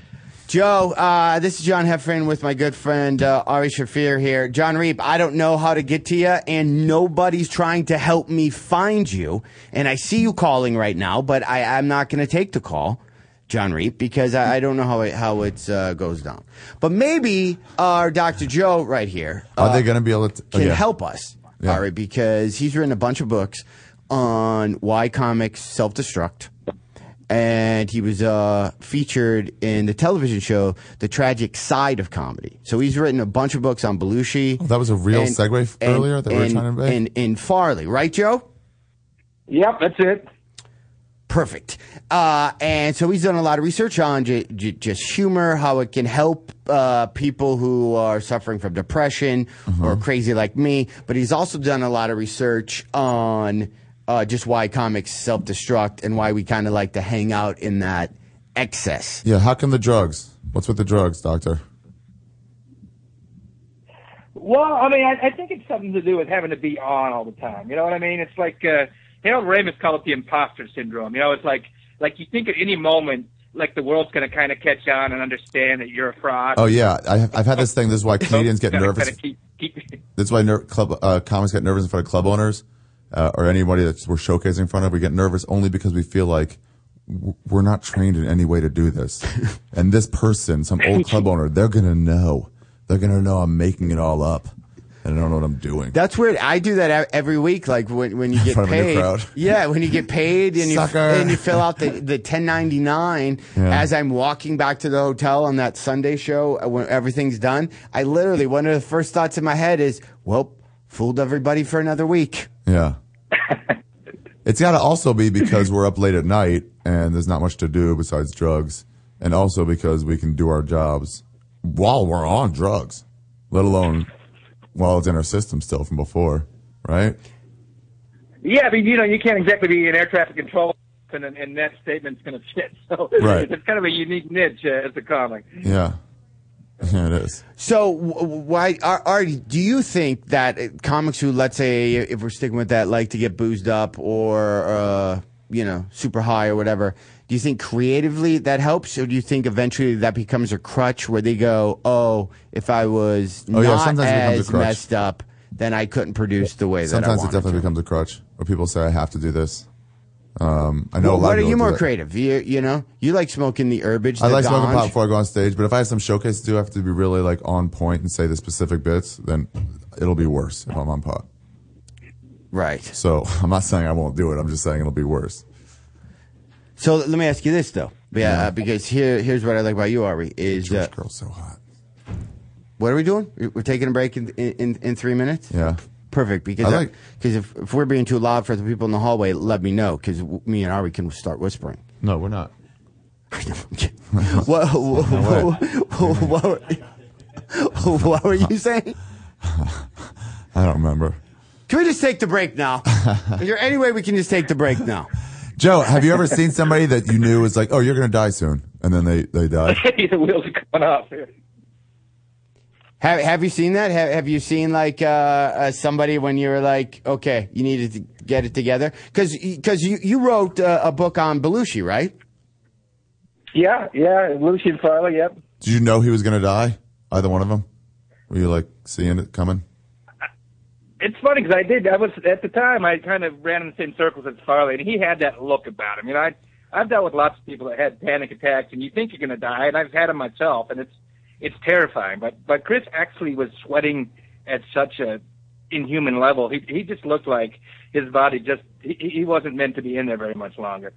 Speaker 6: Joe, uh, this is John Heffern with my good friend uh, Ari Shafir here. John Reap, I don't know how to get to you, and nobody's trying to help me find you. And I see you calling right now, but I, I'm not going to take the call, John Reap, because I, I don't know how it how it uh, goes down. But maybe our Dr. Joe right here uh,
Speaker 8: Are they going to be able to
Speaker 6: can
Speaker 8: okay.
Speaker 6: help us,
Speaker 8: Yeah.
Speaker 6: Ari, because he's written a bunch of books on why comics self destruct and he was uh, featured in the television show The Tragic Side of Comedy. So he's written a bunch of books on Belushi.
Speaker 8: that was a real segue f- earlier that we were
Speaker 6: and-
Speaker 8: trying to make?
Speaker 6: And, and Farley, right, Joe?
Speaker 1: Yep, that's it.
Speaker 6: Perfect. Uh, and so he's done a lot of research on j- j- just humor, how it can help uh, people who are suffering from depression or crazy like me. But he's also done a lot of research on uh, just why comics self destruct and why we kind of like to hang out in that excess.
Speaker 8: Yeah, how come the drugs? What's with the drugs, doctor?
Speaker 1: Well, I mean, I, I think it's something to do with having to be on all the time. You know what I mean? It's like uh, Harold Ramis called it the imposter syndrome. You know, it's like like you think at any moment like the world's going to kind of catch on and understand that you're a fraud.
Speaker 8: Oh yeah, I, I've had this thing. This is why comedians get nervous.
Speaker 1: Kind of keep, keep,
Speaker 8: That's why ner- club uh, comics get nervous in front of club owners uh, or anybody that we're showcasing in front of. We get nervous only because we feel like w- we're not trained in any way to do this. and this person, some old club owner, they're gonna know. They're gonna know I'm making it all up, and I don't know what I'm doing.
Speaker 6: That's weird. I do that e- every week. Like when, when you get
Speaker 8: front of a new
Speaker 6: paid.
Speaker 8: crowd.
Speaker 6: Yeah, when you get paid and you
Speaker 8: Sucker.
Speaker 6: and you fill out the, the 1099
Speaker 8: Yeah.
Speaker 6: as I'm walking back to the hotel on that Sunday show uh, when everything's done. I literally one of the first thoughts in my head is, "Well, fooled everybody for another week."
Speaker 8: Yeah. it's got to also be because we're up late at night and there's not much to do besides drugs, and also because we can do our jobs while we're on drugs, let alone while it's in our system still from before, right?
Speaker 1: yeah, I mean, you know, you can't exactly be an air traffic control. And, and that statement's going to fit. So
Speaker 8: Right.
Speaker 1: it's kind of a unique niche uh, as a comic.
Speaker 8: Yeah. Yeah, it is.
Speaker 6: So w- w- why are, are do you think that uh, comics who let's say if we're sticking with that like to get boozed up or uh, you know super high or whatever do you think creatively that helps or do you think eventually that becomes a crutch where they go oh if I was
Speaker 8: Oh, yeah,
Speaker 6: not
Speaker 8: sometimes it becomes a
Speaker 6: as
Speaker 8: crutch.
Speaker 6: messed up then I couldn't produce the way that
Speaker 8: Sometimes
Speaker 6: I
Speaker 8: it
Speaker 6: wanted
Speaker 8: definitely
Speaker 6: to.
Speaker 8: becomes a crutch where people say, I have to do this. Um, I know a lot
Speaker 6: what
Speaker 8: of
Speaker 6: are
Speaker 8: people
Speaker 6: you
Speaker 8: do
Speaker 6: more
Speaker 8: that.
Speaker 6: creative you you know you like smoking the herbage
Speaker 8: I
Speaker 6: the
Speaker 8: like smoking pot
Speaker 6: ganj.
Speaker 8: before I go on stage, but if I have some showcase to do, I have to be really like on point and say the specific bits. Then it'll be worse if I'm on pot.
Speaker 6: right
Speaker 8: So I'm not saying I won't do it. I'm just saying it'll be worse.
Speaker 6: so let me ask you this though yeah, uh, because here here's what I like about you Ari is
Speaker 8: George
Speaker 6: uh,
Speaker 8: girl's so hot.
Speaker 6: What are we doing? We're taking a break in in, in three minutes.
Speaker 8: Yeah.
Speaker 6: Perfect, because
Speaker 8: I
Speaker 6: I-
Speaker 8: like-
Speaker 6: 'cause if, if we're being too loud for the people in the hallway, let me know because me and Ari can start whispering.
Speaker 8: No, we're not.
Speaker 6: what, what, what, what, what were you saying?
Speaker 8: I don't remember.
Speaker 6: Can we just take the break now? Is there any way we can just take the break now?
Speaker 8: Joe, have you ever seen somebody that you knew was like, "Oh, you're gonna die soon," and then they they die?
Speaker 1: the wheels are coming off.
Speaker 6: Have Have you seen that? Have Have you seen like uh, uh, somebody when you were like, okay, you needed to get it together? Because you you wrote uh, a book on Belushi, right?
Speaker 1: Yeah, yeah, Lucian Farley. Yep.
Speaker 8: Did you know he was gonna die? Either one of them? Were you like seeing it coming?
Speaker 1: It's funny because I did. I was at the time. I kind of ran in the same circles as Farley, and he had that look about him. You know, I I've dealt with lots of people that had panic attacks, and you think you're going to die, and I've had them myself, and it's it's terrifying. But but Chris actually was sweating at such a inhuman level. He he just looked like his body just he, he he wasn't meant to be in there very much longer.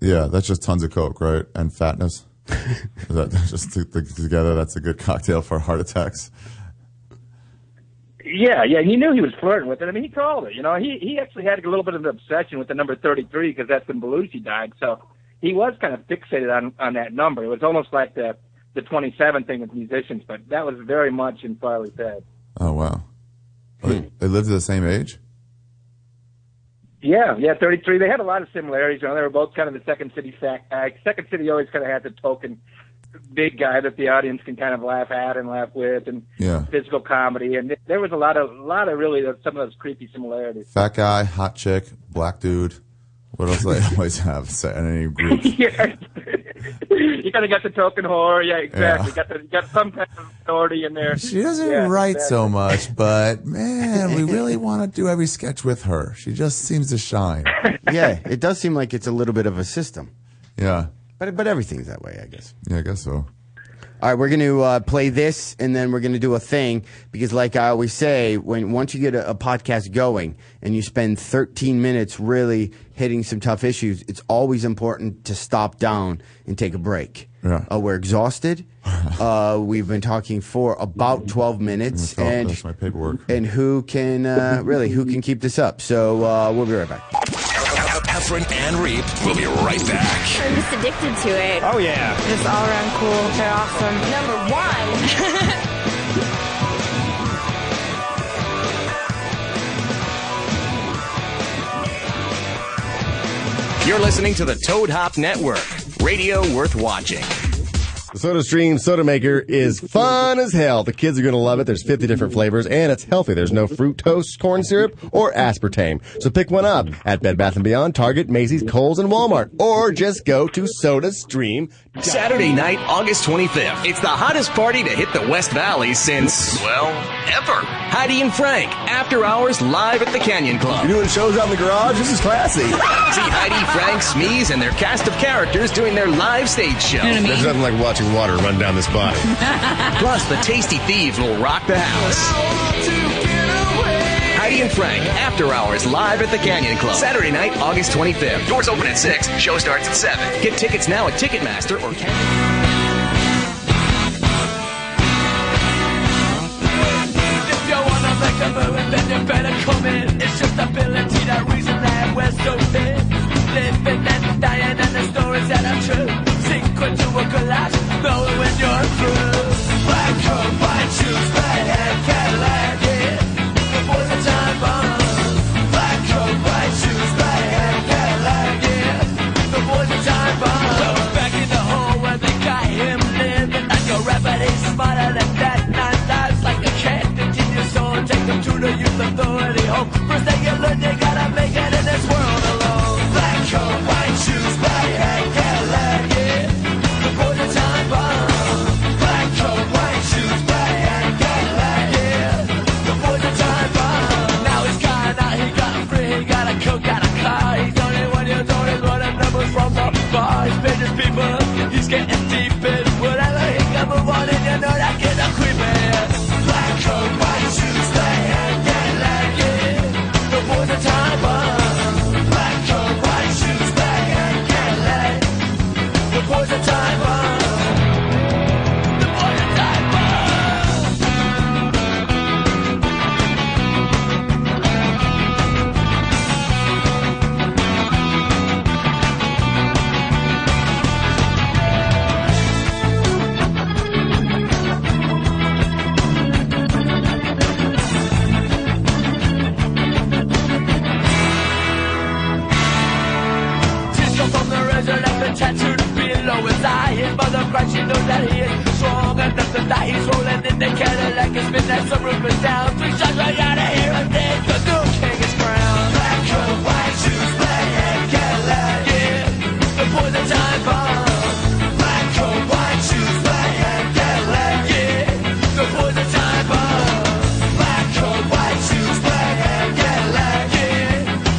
Speaker 8: Yeah, that's just tons of coke, right? And fatness. Is that just to- to- together, that's a good cocktail for heart attacks.
Speaker 1: Yeah, yeah, and he knew he was flirting with it. I mean, he called it. You know, he he actually had a little bit of an obsession with the number 33 because that's when Belushi died. So he was kind of fixated on on that number. It was almost like the the 27 thing with musicians, but that was very much in Farley's head.
Speaker 8: Oh wow, they, they lived the same age.
Speaker 1: Yeah, yeah, 33. They had a lot of similarities. You know, they were both kind of the second city fact. Uh, second city always kind of had the token big guy that the audience can kind of laugh at and laugh with, and
Speaker 8: Yeah.
Speaker 1: physical comedy. And there was a lot of lot of really of some of those creepy similarities.
Speaker 8: Fat guy, hot chick, black dude. What else do they always have so- in any group?
Speaker 1: yeah. you kind of got the token whore. Yeah, exactly.
Speaker 8: Yeah.
Speaker 1: Got the got some kind of authority in there.
Speaker 8: She doesn't
Speaker 1: Yeah,
Speaker 8: write
Speaker 1: exactly.
Speaker 8: so much, but man, we really want to do every sketch with her. She just seems to shine.
Speaker 6: yeah, it does seem like it's a little bit of a system,
Speaker 8: Yeah,
Speaker 6: but but everything's that way, I guess.
Speaker 8: yeah, I guess so.
Speaker 6: All right, we're going to uh, play this, and then we're going to do a thing because, like I always say, when once you get a, a podcast going and you spend 13 minutes really hitting some tough issues, it's always important to stop down and take a break.
Speaker 8: Yeah.
Speaker 6: Uh, we're exhausted. uh, we've been talking for about 12 minutes,
Speaker 8: Oh,
Speaker 6: and
Speaker 8: that's my paperwork.
Speaker 6: and who can uh, really who can keep this up? So uh, we'll be right back.
Speaker 9: Heffron and Reap will be right back.
Speaker 2: I'm just addicted to it. Oh, yeah. Just all around cool. They're awesome. Number one.
Speaker 3: You're listening to the Toad Hop Network, radio worth watching.
Speaker 7: The Soda Stream Soda Maker is fun as hell. The kids are going to love it. There's 50 different flavors and it's healthy. There's no fructose, corn syrup, or aspartame. So pick one up at Bed Bath & Beyond, Target, Macy's, Kohl's, and Walmart. Or just go to SodaStream.
Speaker 3: Saturday night, August 25th. It's the hottest party to hit the West Valley since, well, ever. Heidi and Frank, after hours live at the Canyon Club.
Speaker 7: You're doing shows out in the garage? This is classy.
Speaker 3: See Heidi, Frank, Smeeze, and their cast of characters doing their live stage show.
Speaker 7: There's nothing like watching water run down this body.
Speaker 3: Plus, the Tasty Thieves will rock the house. Heidi and Frank, after hours, live at the Canyon Club. Saturday night, August 25th. Doors open at 6, show starts at 7. Get tickets now at Ticketmaster or Canyon.
Speaker 12: If you wanna make a move, then you better come in. It's just ability, that reason that we're so thin. Living and dying, and the stories that are true. Sink into a collapse, knowing when you're through. Black coat, white shoes, red hat, Cadillac, yeah. The boys are time bombs. Black coat, white shoes, red hat, Cadillac, yeah. The boys are time bombs. So back in the hole where they got him living like a rabbit, he's smarter than that. Nine lives like a cat, continue so take them to the youth authority home. First thing you learn, you gotta make it in this world alone. Black coat, white shoes, black hat, Cadillac, yeah. The boys are time bombs. Black coat, white shoes, black hat, Cadillac, yeah. The boys are time bombs. Now he's gone out, he got free, he got a coat, got a car. He's only what you don't is what numbers from the bar. He's paid his people, he's getting deep in whatever he can move on, and you know that kid's a creepy. Black coat, white shoes, black hat, Cadillac, yeah. The boys are time bombs. Black coat, white shoes, black hat, Cadillac. The boys are time bombs. The boys are time bombs. Tears come from the resurrected tattooed below his eye. His mother cries, she knows that he is strong enough to die. He's rolling in the Cadillac, it's midnight, some roof is down. Three shots right out of here, and then the new king is crowned. Black coat, white shoes, black hat, Cadillac, yeah. The boys are time bombs. Black coat, white shoes, black hat, Cadillac, yeah. The boys are time bombs. Black coat, white shoes, black hat, Cadillac, yeah.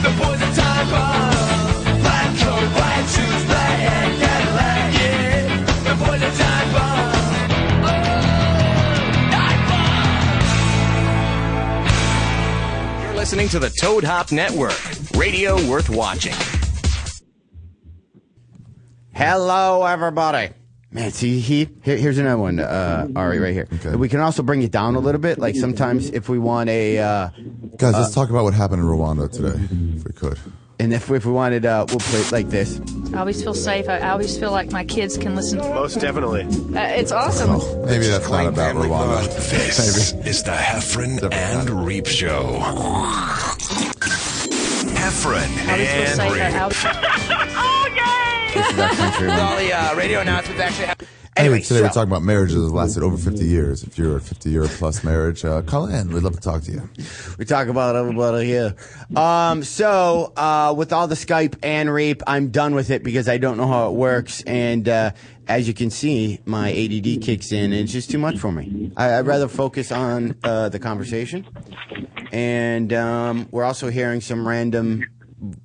Speaker 12: The boys are time bombs. Black coat, white shoes, black hat, Cadillac, yeah. The boys are time bombs.
Speaker 3: You're listening to the Toad Hop Network, radio worth watching.
Speaker 6: Hello, everybody. Man, see, he, here, here's another one, uh, Ari, right here. We can also bring it down a little bit. Like sometimes if we want a. Uh,
Speaker 8: Guys,
Speaker 6: uh,
Speaker 8: let's talk about what happened in Rwanda today, if we could.
Speaker 6: And if, if we wanted, uh, we'll play it like this.
Speaker 13: I always feel safe. I I always feel like my kids can listen. Most definitely. Uh, it's awesome.
Speaker 6: Oh,
Speaker 8: Maybe that's not about Rwanda.
Speaker 9: This is the Heffron and Reap Show. Heffron and Reap.
Speaker 14: All the uh, radio announcements actually have.
Speaker 8: Anyway, today we're talking about marriages that lasted over 50 years. If you're a 50 year plus marriage, uh, call in. We'd love to talk to you.
Speaker 6: We talk about everybody here. Um, so uh, with all the Skype and rape, I'm done with it because I don't know how it works. And uh, as you can see, my ADD kicks in, and it's just too much for me. I, I'd rather focus on uh, the conversation. And um, we're also hearing some random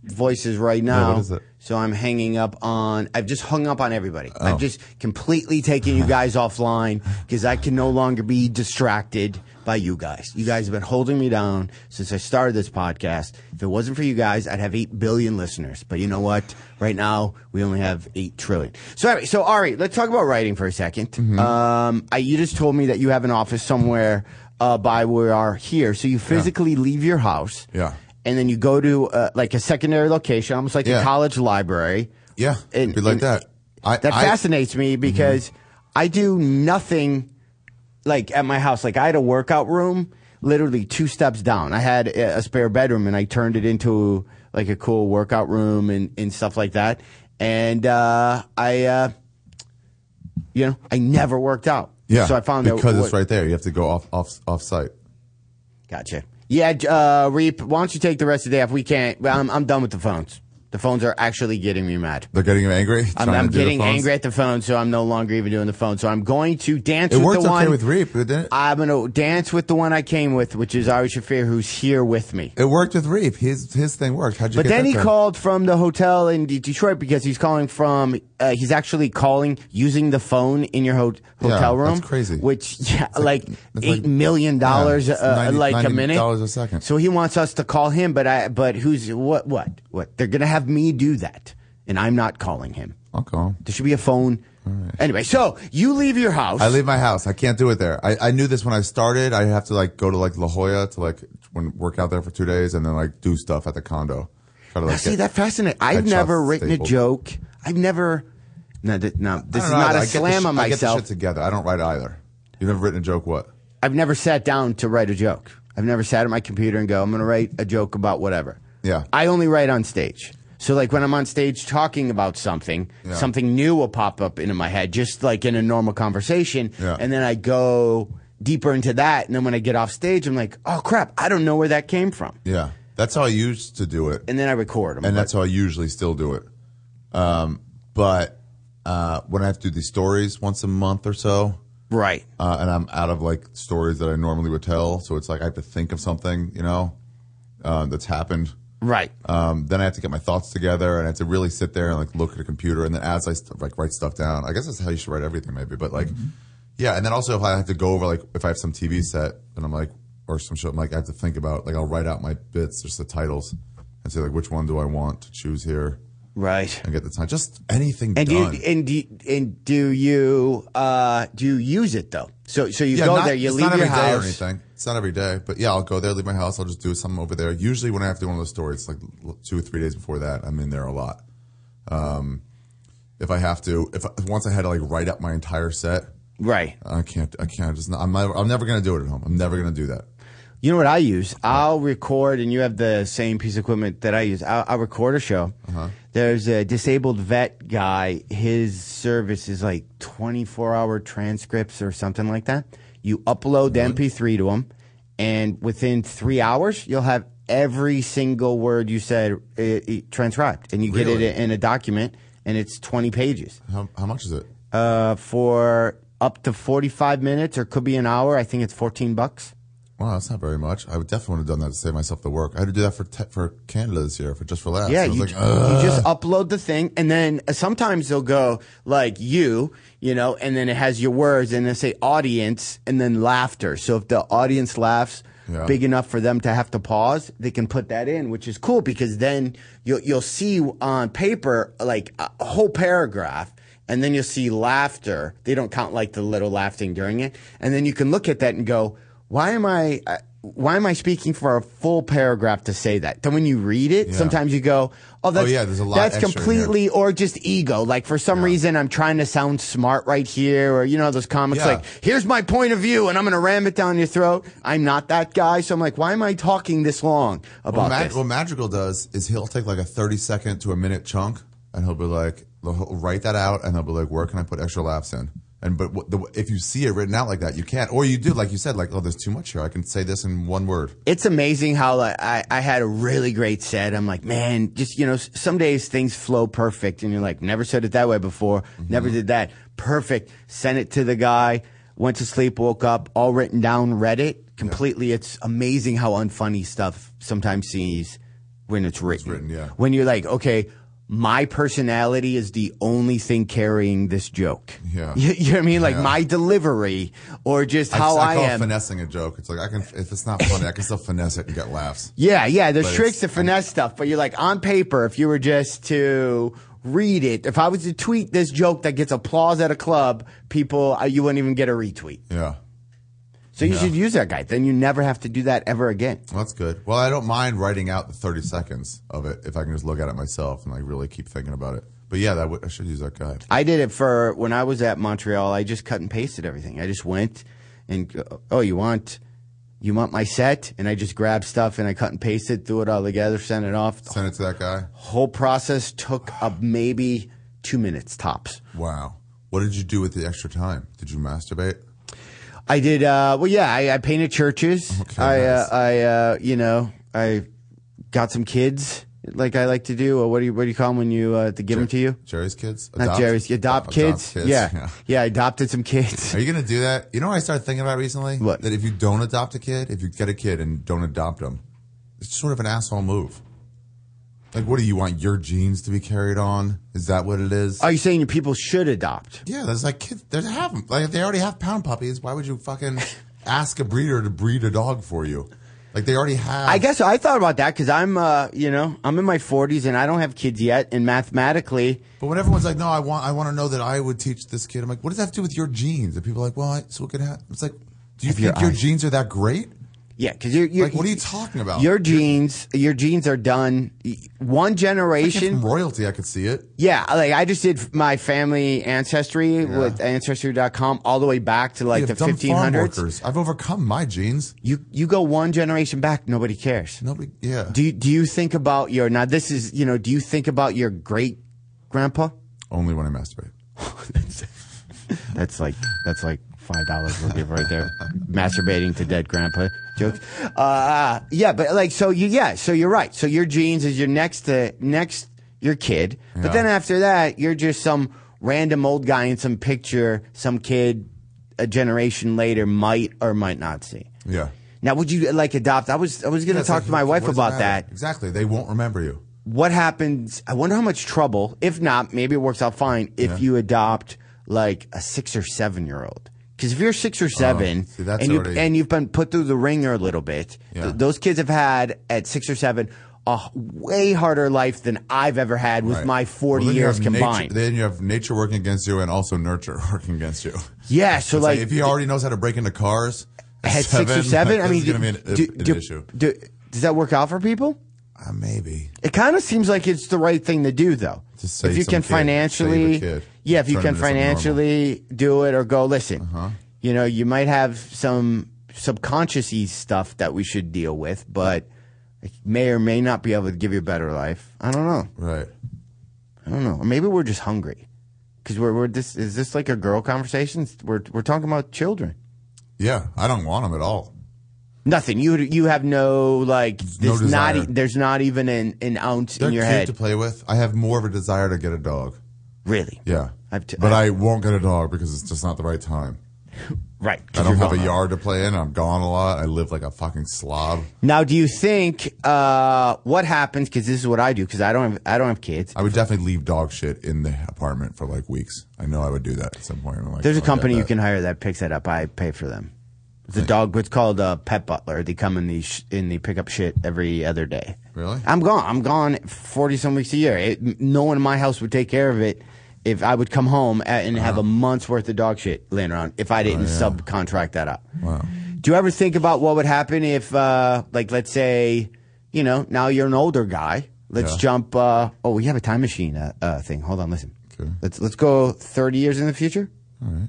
Speaker 6: voices right now.
Speaker 8: what is it?
Speaker 6: So I'm hanging up on. I've just hung up on everybody.
Speaker 8: Oh.
Speaker 6: I've just completely taken you guys offline because I can no longer be distracted by you guys. You guys have been holding me down since I started this podcast. If it wasn't for you guys, I'd have eight billion listeners. But you know what? Right now, we only have eight trillion. So, anyway, so Ari, let's talk about writing for a 2nd
Speaker 8: Mm-hmm.
Speaker 6: Um, I, you just told me that you have an office somewhere uh, by where are here. So you physically leave your house.
Speaker 8: Yeah.
Speaker 6: And then you go to uh, like a secondary location, almost like a
Speaker 8: Yeah.
Speaker 6: college library.
Speaker 8: Yeah,
Speaker 6: and,
Speaker 8: be like that. I-
Speaker 6: that
Speaker 8: I- Mm-hmm.
Speaker 6: fascinates me because I do nothing like at my house. Like I had a workout room literally two steps down. I had a a spare bedroom and I turned it into like a cool workout room and, and stuff like that. And uh, I, uh, you know, I never worked out.
Speaker 8: Yeah.
Speaker 6: So I found out
Speaker 8: because
Speaker 6: what-
Speaker 8: it's right there. You have to go off off off site.
Speaker 6: Gotcha. Yeah, j- uh, Reap, why don't you take the rest of the day off? We can't. well, I'm, I'm done with the phones. The phones are actually getting me mad.
Speaker 8: They're getting you angry.
Speaker 6: I'm,
Speaker 8: Trying
Speaker 6: I'm
Speaker 8: to do the
Speaker 6: getting
Speaker 8: phones?
Speaker 6: angry at the phone, so I'm no longer even doing the phone. So I'm going to dance
Speaker 8: It
Speaker 6: with
Speaker 8: worked
Speaker 6: the
Speaker 8: okay
Speaker 6: one.
Speaker 8: with Reap, didn't it?
Speaker 6: I'm going to dance with the one I came with, which is Ari Shafir, who's here with me.
Speaker 8: It worked with Reap. His his thing worked. How'd you
Speaker 6: But
Speaker 8: get
Speaker 6: then
Speaker 8: that
Speaker 6: he
Speaker 8: done?
Speaker 6: called from the hotel in De- Detroit because he's calling from. Uh, he's actually calling using the phone in your ho- hotel
Speaker 8: Yeah,
Speaker 6: room.
Speaker 8: that's crazy.
Speaker 6: Which yeah, like,
Speaker 8: that's
Speaker 6: eight
Speaker 8: like-
Speaker 6: million dollars
Speaker 8: Yeah, it's
Speaker 6: uh,
Speaker 8: 90
Speaker 6: like a
Speaker 8: $90
Speaker 6: minute
Speaker 8: dollars a second.
Speaker 6: So he wants us to call him, but I but who's what what what? They're gonna have me do that, and I'm not calling him.
Speaker 8: I'll call him.
Speaker 6: There should be a phone. Anyway, so you leave your house.
Speaker 8: I leave my house. I can't do it there. I, I knew this when I started. I have to like go to like La Jolla to like when work out there for two days and then like do stuff at the condo. Try to,
Speaker 6: Now,
Speaker 8: like,
Speaker 6: Ah, see
Speaker 8: get
Speaker 6: that fascinating. I've
Speaker 8: headshots
Speaker 6: never written
Speaker 8: stapled.
Speaker 6: a joke. I've never. No, th- no this
Speaker 8: I
Speaker 6: is
Speaker 8: don't know.
Speaker 6: not
Speaker 8: I get
Speaker 6: a
Speaker 8: the
Speaker 6: slam
Speaker 8: shit-
Speaker 6: on
Speaker 8: I get the
Speaker 6: myself.
Speaker 8: shit together. I don't write either. You've never written a joke. What?
Speaker 6: I've never sat down to write a joke. I've never sat at my computer and go, I'm going to write a joke about whatever.
Speaker 8: Yeah.
Speaker 6: I only write on stage. So, like, when I'm on stage talking about something,
Speaker 8: Yeah.
Speaker 6: something new will pop up into my head, just like in a normal conversation.
Speaker 8: Yeah.
Speaker 6: And then I go deeper into that. And then when I get off stage, I'm like, oh, crap, I don't know where that came from.
Speaker 8: Yeah, that's how I used to do it.
Speaker 6: And then I record them.
Speaker 8: and that's how I usually still do it. Um, but uh, when I have to do these stories once a month or so,
Speaker 6: right?
Speaker 8: Uh, and I'm out of like stories that I normally would tell, so it's like I have to think of something, you know, uh, that's happened.
Speaker 6: Right.
Speaker 8: Um, then I have to get my thoughts together, and I have to really sit there and like look at a computer, and then as I st- like write stuff down, I guess that's how you should write everything, maybe. But like, yeah, and then also if I have to go over like if I have some TV set and I'm like or some show, I'm like I have to think about like I'll write out my bits, just the titles, and say like which one do I want to choose here,
Speaker 6: right?
Speaker 8: And get the time, just anything
Speaker 6: And do you,
Speaker 8: done.
Speaker 6: and do you, and do you uh, do you use it though? So so you
Speaker 8: Yeah,
Speaker 6: go
Speaker 8: not-
Speaker 6: there, you
Speaker 8: it's
Speaker 6: leave
Speaker 8: not
Speaker 6: your
Speaker 8: every day
Speaker 6: house.
Speaker 8: or anything. It's not every day, but yeah, I'll go there, leave my house. I'll just do something over there. Usually, when I have to do one of those stories, like l- two or three days before that, I'm in there a lot. Um, if I have to, if once I had to like write up my entire set,
Speaker 6: right?
Speaker 8: I can't, I can't just. Not, I'm, never, I'm never gonna do it at home. I'm never gonna do that.
Speaker 6: You know what I use? I'll record, and you have the same piece of equipment that I use. I'll, I'll record a show. There's a disabled vet guy. His service is like 24 hour transcripts or something like that. You upload the MP3 to him, and within three hours, you'll have every single word you said uh, uh, transcribed, and you get
Speaker 8: Really?
Speaker 6: it in a document, and it's 20 pages.
Speaker 8: How, how much is it?
Speaker 6: Uh, for up to 45 minutes, or could be an hour. I think it's 14 bucks.
Speaker 8: Wow, that's not very much. I would definitely would have done that to save myself the work. I had to do that for te- for Canada this year for just for laughs.
Speaker 6: Yeah,
Speaker 8: I was
Speaker 6: you,
Speaker 8: like,
Speaker 6: ju-
Speaker 8: "Ugh."
Speaker 6: you just upload the thing, and then uh, sometimes they'll go like you, you know, and then it has your words, and they say audience, and then laughter. So if the audience laughs
Speaker 8: Yeah.
Speaker 6: big enough for them to have to pause, they can put that in, which is cool because then you'll you'll see on paper like a a whole paragraph. And then you'll see laughter. They don't count like the little laughing during it. And then you can look at that and go, why am I, uh, why am I speaking for a full paragraph to say that? Then when you read it,
Speaker 8: Yeah.
Speaker 6: sometimes you go, oh, that's,
Speaker 8: yeah, there's a lot
Speaker 6: that's
Speaker 8: extra in here.
Speaker 6: completely, or just ego. Like for some reason, I'm trying to sound smart right here, or you know those comics
Speaker 8: Yeah.
Speaker 6: like, here's my point of view, and I'm going to ram it down your throat. I'm not that guy, so I'm like, why am I talking this long about
Speaker 8: what, Mag-
Speaker 6: this?
Speaker 8: what Madrigal does is he'll take like a 30 second to a minute chunk and he'll be like, he'll write that out and he'll be like, where can I put extra laughs in? And but what the, if you see it written out like that, you can't, or you do like you said, like oh, there's too much here. I can say this in one word.
Speaker 6: it's amazing how like, I, I had a really great set. I'm like, man, just, you know, s- some days things flow perfect. And you're like, never said it that way before.
Speaker 8: Mm-hmm.
Speaker 6: Never did that. Perfect. Sent it to the guy. Went to sleep, woke up, all written down, read it completely. It's amazing how unfunny stuff sometimes seems when it's written.
Speaker 8: written, yeah.
Speaker 6: When you're like, okay, my personality is the only thing carrying this joke.
Speaker 8: Yeah.
Speaker 6: You, you know what I mean? Like
Speaker 8: Yeah.
Speaker 6: my delivery or just how
Speaker 8: I,
Speaker 6: I,
Speaker 8: call it
Speaker 6: am.
Speaker 8: finessing a joke. It's like I can if it's not funny, I can still finesse it and get laughs.
Speaker 6: Yeah, yeah. There's
Speaker 8: But
Speaker 6: tricks to finesse stuff, but you're like on paper. If you were just to read it, if I was to tweet this joke that gets applause at a club, people uh, you wouldn't even get a retweet.
Speaker 8: Yeah.
Speaker 6: So you
Speaker 8: Yeah.
Speaker 6: should use that guy. Then you never have to do that ever again.
Speaker 8: Well, that's good. Well, I don't mind writing out the 30 seconds of it if I can just look at it myself and like really keep thinking about it. But yeah, that would I should use that guy.
Speaker 6: I did it for when I was at Montreal. I just cut and pasted everything. I just went and go, oh, you uh, want you want my set? And I just grabbed stuff and I cut and pasted, threw it all together, sent it off.
Speaker 8: Send it to that guy.
Speaker 6: Whole process took up maybe two minutes tops.
Speaker 8: Wow. What did you do with the extra time? Did you masturbate?
Speaker 6: I did. Uh, well, yeah, I, I painted
Speaker 8: Oh,
Speaker 6: churches. I, uh, I, uh, you know, I got some kids, like I like to do. Or what do you, what do you call them when you uh, to give them to you?
Speaker 8: Jerry's kids?
Speaker 6: Not Jerry's. Adopt, kids. Yeah. yeah, I adopted some kids.
Speaker 8: Are you going to do that? You know what I started thinking about recently? What? That if you don't adopt a kid, if you get a kid and don't adopt them, it's sort of an asshole move. Like, what do you want your genes to be carried on? Is that what it is?
Speaker 6: Are you saying your people should adopt?
Speaker 8: Yeah, there's like kids. They have them. Like they already have pound puppies. Why would you fucking ask a breeder to breed a dog for you? Like they already have.
Speaker 6: I guess I thought about that because I'm, uh, you know, I'm in my 40s and I don't have kids yet. And mathematically,
Speaker 8: But when everyone's like, "No, I want, I want to know that I would teach this kid," I'm like, "What does that have to do with your genes?" And people are like, "Well, I, so it could have." It's like, do you
Speaker 6: Have your
Speaker 8: think your
Speaker 6: eyes.
Speaker 8: genes are that great?
Speaker 6: yeah, because you're, you're
Speaker 8: Like, what are you talking about?
Speaker 6: Your genes, your genes are done. One generation
Speaker 8: from royalty, I could see it.
Speaker 6: Yeah, like I just did my family ancestry with ancestry.com all the way back to like
Speaker 8: You
Speaker 6: the
Speaker 8: have dumb farm
Speaker 6: 1500s.
Speaker 8: workers. I've overcome my genes.
Speaker 6: You you go one generation back, nobody cares.
Speaker 8: Nobody, yeah.
Speaker 6: Do you, do you think about your now? This is you know. Do you think about your great grandpa?
Speaker 8: Only when I masturbate.
Speaker 6: That's like that's like five dollars we'll give right there. Masturbating to dead grandpa jokes. Uh, yeah, but like so you yeah so you're right. So your genes is your next uh, next your kid,
Speaker 15: Yeah.
Speaker 6: but then after that you're just some random old guy in some picture. Some kid a generation later might or might not see.
Speaker 8: Yeah.
Speaker 6: Now would you like adopt? I was I was going
Speaker 8: Yeah,
Speaker 6: to
Speaker 8: it's
Speaker 6: talk
Speaker 8: like,
Speaker 6: to my
Speaker 8: what
Speaker 6: wife
Speaker 8: does it
Speaker 6: about
Speaker 8: matter?
Speaker 6: that
Speaker 8: Exactly. They won't remember you.
Speaker 6: what happens i wonder how much trouble if not maybe it works out fine if
Speaker 8: Yeah.
Speaker 6: you adopt like a six or seven year old because if you're six or seven
Speaker 8: Oh, see, that's
Speaker 6: and, you,
Speaker 8: already-
Speaker 6: and you've been put through the ringer a little bit
Speaker 8: Yeah.
Speaker 6: th- those kids have had at six or seven a h- way harder life than i've ever had with
Speaker 8: Right.
Speaker 6: my 40
Speaker 8: Well, then you
Speaker 6: years
Speaker 8: have nature-
Speaker 6: combined
Speaker 8: then you have nature working against you and also nurture working against you.
Speaker 6: yeah so
Speaker 8: It's
Speaker 6: like,
Speaker 8: if he already knows how to break into cars
Speaker 6: at six or seven
Speaker 8: like,
Speaker 6: i mean
Speaker 8: this is going to be an,
Speaker 6: do-
Speaker 8: an
Speaker 6: do-
Speaker 8: issue.
Speaker 6: do- does that work out for people
Speaker 8: Uh, maybe
Speaker 6: It kind of seems like it's the right thing to do, though.
Speaker 8: To save
Speaker 6: if you
Speaker 8: some
Speaker 6: can
Speaker 8: kid,
Speaker 6: financially,
Speaker 8: save a kid,
Speaker 6: yeah, if you
Speaker 8: turn
Speaker 6: can
Speaker 8: him into something Uh-huh.
Speaker 6: financially do it or go, listen, you know, you might have some subconscious stuff that we should deal with, but it may or may not be able to give you a better life. I don't know.
Speaker 8: Right.
Speaker 6: I don't know. Or maybe we're just hungry because we're, we're this is this like a girl conversation? We're we're talking about children.
Speaker 8: yeah, I don't want him at all.
Speaker 6: Nothing. You you have no like.
Speaker 8: no
Speaker 6: There's not.
Speaker 8: desire.
Speaker 6: e- There's not even an an ounce
Speaker 8: They're
Speaker 6: in your
Speaker 8: cute
Speaker 6: head.
Speaker 8: to play with. I have more of a desire to get a dog.
Speaker 6: Really?
Speaker 8: Yeah.
Speaker 6: I've t-
Speaker 8: but I won't get a dog because it's just not the right time.
Speaker 6: Right.
Speaker 8: I don't
Speaker 6: you're
Speaker 8: have a
Speaker 6: gone.
Speaker 8: yard to play in. I'm gone a lot. I live like a fucking slob.
Speaker 6: Now, do you think uh, what happens? Because this is what I do. Because I don't have I don't have kids.
Speaker 8: I would definitely leave dog shit in the apartment for like weeks. I know I would do that at some point. I'm like,
Speaker 6: There's a
Speaker 8: "Oh, I get
Speaker 6: company you
Speaker 8: that."
Speaker 6: can hire that picks that up. I pay for them. The dog, what's called uh, Pet Butler. They come in the sh- in the pick up shit every other day.
Speaker 8: Really?
Speaker 6: I'm gone. I'm gone forty some weeks a year. It, no one in my house would take care of it if I would come home a- and have a month's worth of dog shit laying around if I didn't
Speaker 8: Uh-huh. Oh, yeah.
Speaker 6: subcontract that out.
Speaker 8: Wow.
Speaker 6: Do you ever think about what would happen if, uh, like, let's say, you know, now you're an older guy. Let's
Speaker 8: Yeah.
Speaker 6: jump. Uh, oh, we have a time machine uh, uh, thing. Hold on, listen. Let's let's go 30 years in the future.
Speaker 8: All right.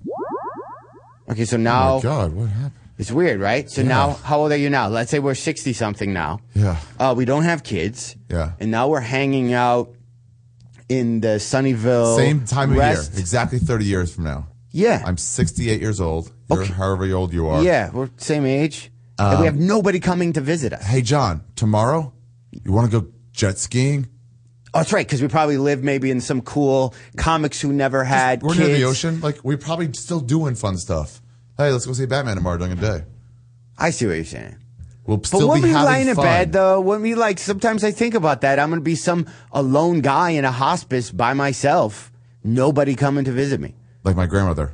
Speaker 6: Okay, so
Speaker 8: Oh
Speaker 6: now
Speaker 8: my god, what happened?
Speaker 6: it's weird, right? So
Speaker 8: Yeah.
Speaker 6: now, how old are you now? Let's say we're 60 something now.
Speaker 8: Yeah.
Speaker 6: Uh, we don't have kids.
Speaker 8: Yeah.
Speaker 6: And now we're hanging out in the Sunnyvale.
Speaker 8: Same time of
Speaker 6: rest-
Speaker 8: year, exactly 30 years from now.
Speaker 6: Yeah.
Speaker 8: I'm 68 years old. You're however old you are.
Speaker 6: Yeah, we're same age. and
Speaker 8: Um,
Speaker 6: we have nobody coming to visit us.
Speaker 8: Hey, John, tomorrow, you want to go jet skiing?
Speaker 6: Oh, that's right, because we probably live maybe in some cool comics who never had
Speaker 8: We're
Speaker 6: kids.
Speaker 8: near the ocean. Like, we're probably still doing fun stuff. Hey, let's go see Batman tomorrow during the day.
Speaker 6: I see what you're saying.
Speaker 8: We'll
Speaker 6: But
Speaker 8: still
Speaker 6: when
Speaker 8: be
Speaker 6: we
Speaker 8: having
Speaker 6: lie in
Speaker 8: fun.
Speaker 6: bed, though, when we like, sometimes I think about that. I'm going to be some alone guy in a hospice by myself. Nobody coming to visit me.
Speaker 8: Like my grandmother,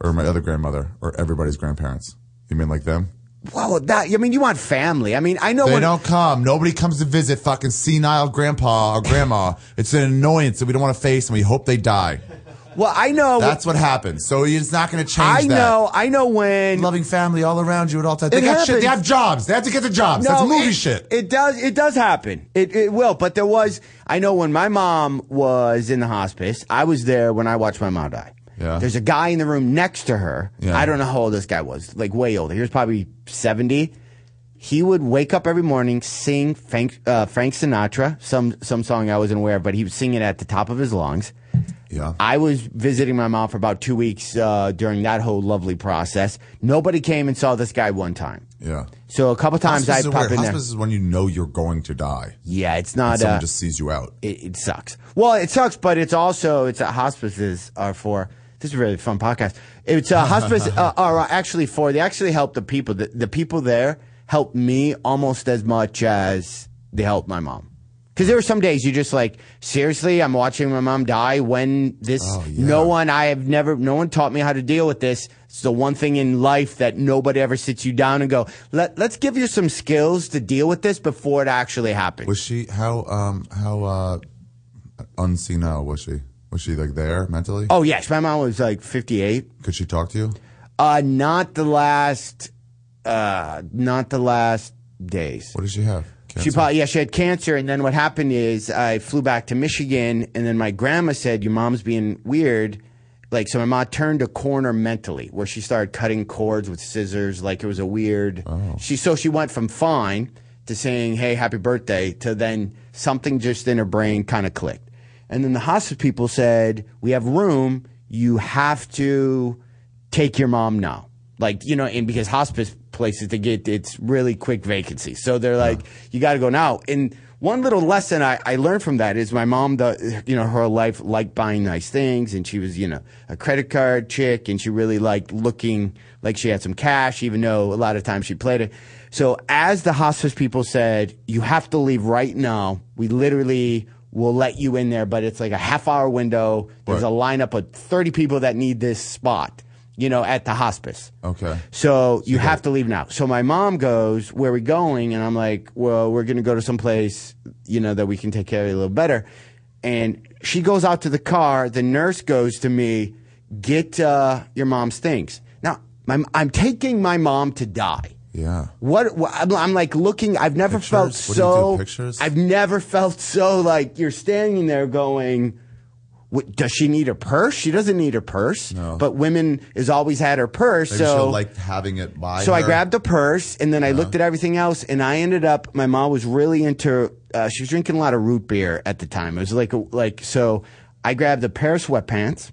Speaker 8: or my other grandmother, or everybody's grandparents. You mean like them?
Speaker 6: Well, that I mean, you want family. I mean, I know
Speaker 8: they
Speaker 6: when
Speaker 8: don't come. Nobody comes to visit fucking senile grandpa or grandma. it's an annoyance that we don't want to face, and we hope they die.
Speaker 6: Well, I know
Speaker 8: that's what happens. So it's not going to change.
Speaker 6: I
Speaker 8: that.
Speaker 6: know, I know when
Speaker 8: loving family all around you at all times.
Speaker 6: It
Speaker 8: They got shit. They
Speaker 6: happens.
Speaker 8: have jobs. They have to get the jobs. that's movie
Speaker 6: it,
Speaker 8: shit.
Speaker 6: It does. It does happen. It it will. But there was. I know when my mom was in the hospice, I was there when I watched my mom die.
Speaker 8: Yeah.
Speaker 6: There's a guy in the room next to her.
Speaker 8: Yeah.
Speaker 6: I don't know how old this guy was, like way older. He was probably 70. He would wake up every morning, sing Frank, uh, Frank Sinatra, some, some song I wasn't aware of, but he would sing it at the top of his lungs.
Speaker 8: Yeah.
Speaker 6: I was visiting my mom for about two weeks uh, during that whole lovely process. Nobody came and saw this guy one time.
Speaker 8: Yeah.
Speaker 6: So a couple times
Speaker 8: Hospice
Speaker 6: I
Speaker 8: is
Speaker 6: pop
Speaker 8: weird.
Speaker 6: in there.
Speaker 8: Hospice is when you know you're going to die.
Speaker 6: Yeah, it's not.
Speaker 8: And someone
Speaker 6: uh,
Speaker 8: just sees you out.
Speaker 6: It, it sucks. Well, it sucks, but it's also it's uh, hospices are for. This is a really fun podcast. It's uh, hospice uh, are actually for. They actually help the people. The, the people there help me almost as much as they help my mom. Because there were some days you just like seriously, I'm watching my mom die. When this,
Speaker 8: Oh,
Speaker 6: no one, I have never, no one taught me how to deal with this. It's the one thing in life that nobody ever sits you down and go, Let, let's give you some skills to deal with this before it actually happens.
Speaker 8: Was she how um how uh unseen now was she? Was she like there mentally?
Speaker 6: Oh yes, my mom was like 58.
Speaker 8: Could she talk to you?
Speaker 6: Uh, not the last, uh, not the last days. What
Speaker 8: did she have?
Speaker 6: She probably yeah she had cancer and then what happened is I flew back to Michigan and then my grandma said your mom's being weird, like so my mom turned a corner mentally where she started cutting cords with scissors like it was a weird. She so she went from fine to saying hey happy birthday to then something just in her brain kind of clicked and then the hospice people said we have room you have to take your mom now. Like, you know, and because hospice places to get, it's really quick vacancy. So they're like, you got to go now. And one little lesson I, I learned from that is my mom, the, you know, her life liked buying nice things and she was, you know, a credit card chick and she really liked looking like she had some cash, even though a lot of times she played it. So as the hospice people said, you have to leave right now. We literally will let you in there, but it's like a half hour window. There's a lineup of 30 people that need this spot, you know, at the hospice.
Speaker 8: Okay.
Speaker 6: So you have to leave now. So my mom goes, Where are we going? And I'm like, Well, we're going to go to some place, you know, that we can take care of you a little better. And she goes out to the car. The nurse goes to me, Get uh, your mom's things. Now, my, I'm taking my mom to die.
Speaker 8: Yeah.
Speaker 6: What, what I'm, I'm like looking. I've never felt
Speaker 8: What do you do,
Speaker 6: so.
Speaker 8: pictures?
Speaker 6: I've never felt so like you're standing there going, what, "Does she need a purse? She doesn't need a purse." No. But women has always had her purse,
Speaker 8: Maybe
Speaker 6: so
Speaker 8: she'll like having it by
Speaker 6: so I
Speaker 8: her.
Speaker 6: grabbed the purse and then I looked at everything else and I ended up. My mom was really into. Uh, she was drinking a lot of root beer at the time. It was like a, like so. I grabbed a pair of sweatpants,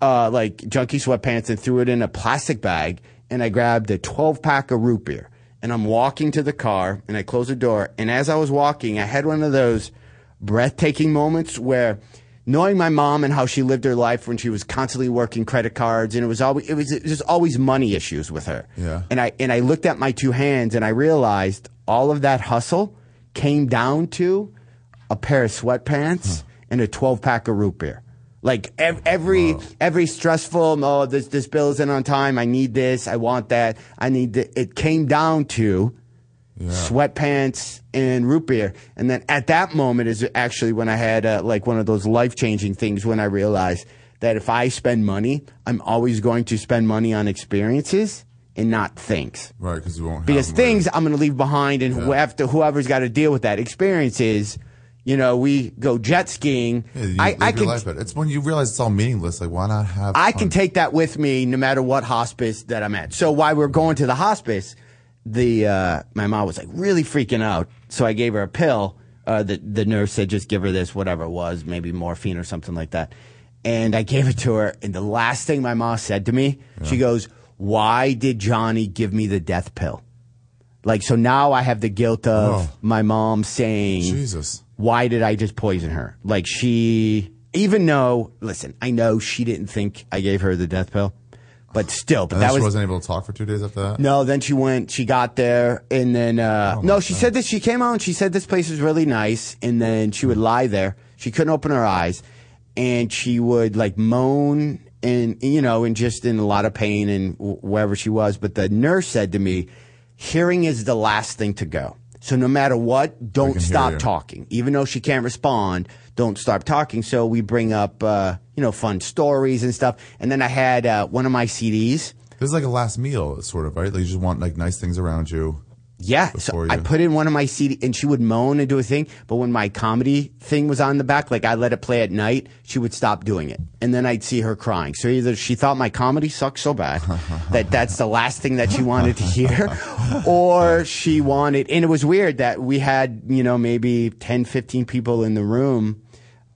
Speaker 6: uh, like junky sweatpants, and threw it in a plastic bag. And I grabbed a 12 pack of root beer. And I'm walking to the car and I closed the door. And as I was walking, I had one of those breathtaking moments where knowing my mom and how she lived her life when she was constantly working credit cards and it was always it was it was just always money issues with her.
Speaker 8: Yeah.
Speaker 6: And I and I looked at my two hands and I realized all of that hustle came down to a pair of sweatpants and a 12 pack of root beer. Like ev- every every stressful oh this this bill isn't on time I need this I want that I need th- it came down to sweatpants and root beer. And then at that moment is actually when I had uh, like one of those life changing things when I realized that if I spend money, I'm always going to spend money on experiences and not things.
Speaker 8: Right, because you won't
Speaker 6: Because
Speaker 8: have
Speaker 6: things I'm going to leave behind, and who- after whoever's got to deal with that experience is, you know, we go jet skiing.
Speaker 8: Yeah, you
Speaker 6: I,
Speaker 8: live
Speaker 6: I
Speaker 8: your
Speaker 6: can
Speaker 8: life better. It's when you realize it's all meaningless. Like, why not have?
Speaker 6: I can take that with me no matter what hospice that I'm at. So while we're going to the hospice, the uh, my mom was like really freaking out. So I gave her a pill. Uh, the the nurse said just give her this, whatever it was, maybe morphine or something like that. And I gave it to her. And the last thing my mom said to me, she goes, "Why did Johnny give me the death pill?" Like so now I have the guilt of
Speaker 8: Oh.
Speaker 6: my mom saying,
Speaker 8: Jesus.
Speaker 6: why did I just poison her? Like she, even though, listen, I know she didn't think I gave her the death pill, but still, but
Speaker 8: And then
Speaker 6: that
Speaker 8: she
Speaker 6: was
Speaker 8: wasn't able to talk for two days after that.
Speaker 6: no, then she went, she got there, and then, uh, no, she said that she came out and she said this place was really nice, and then she would lie there. She couldn't open her eyes, and she would like moan and, you know, and just in a lot of pain and w- wherever she was. But the nurse said to me, hearing is the last thing to go. So no matter what, don't stop
Speaker 8: you.
Speaker 6: talking. Even though she can't respond, don't stop talking. So we bring up, uh, you know, fun stories and stuff. And then I had, uh, one of my CDs.
Speaker 8: This is like a last meal, sort of, right? Like you just want like nice things around you.
Speaker 6: Yeah, so I put in one of my CD, and she would moan and do a thing. But when my comedy thing was on the back, like I let it play at night, she would stop doing it, and then I'd see her crying. So either she thought my comedy sucked so bad that that's the last thing that she wanted to hear, or she wanted. And it was weird that we had you know maybe 10, 15 people in the room,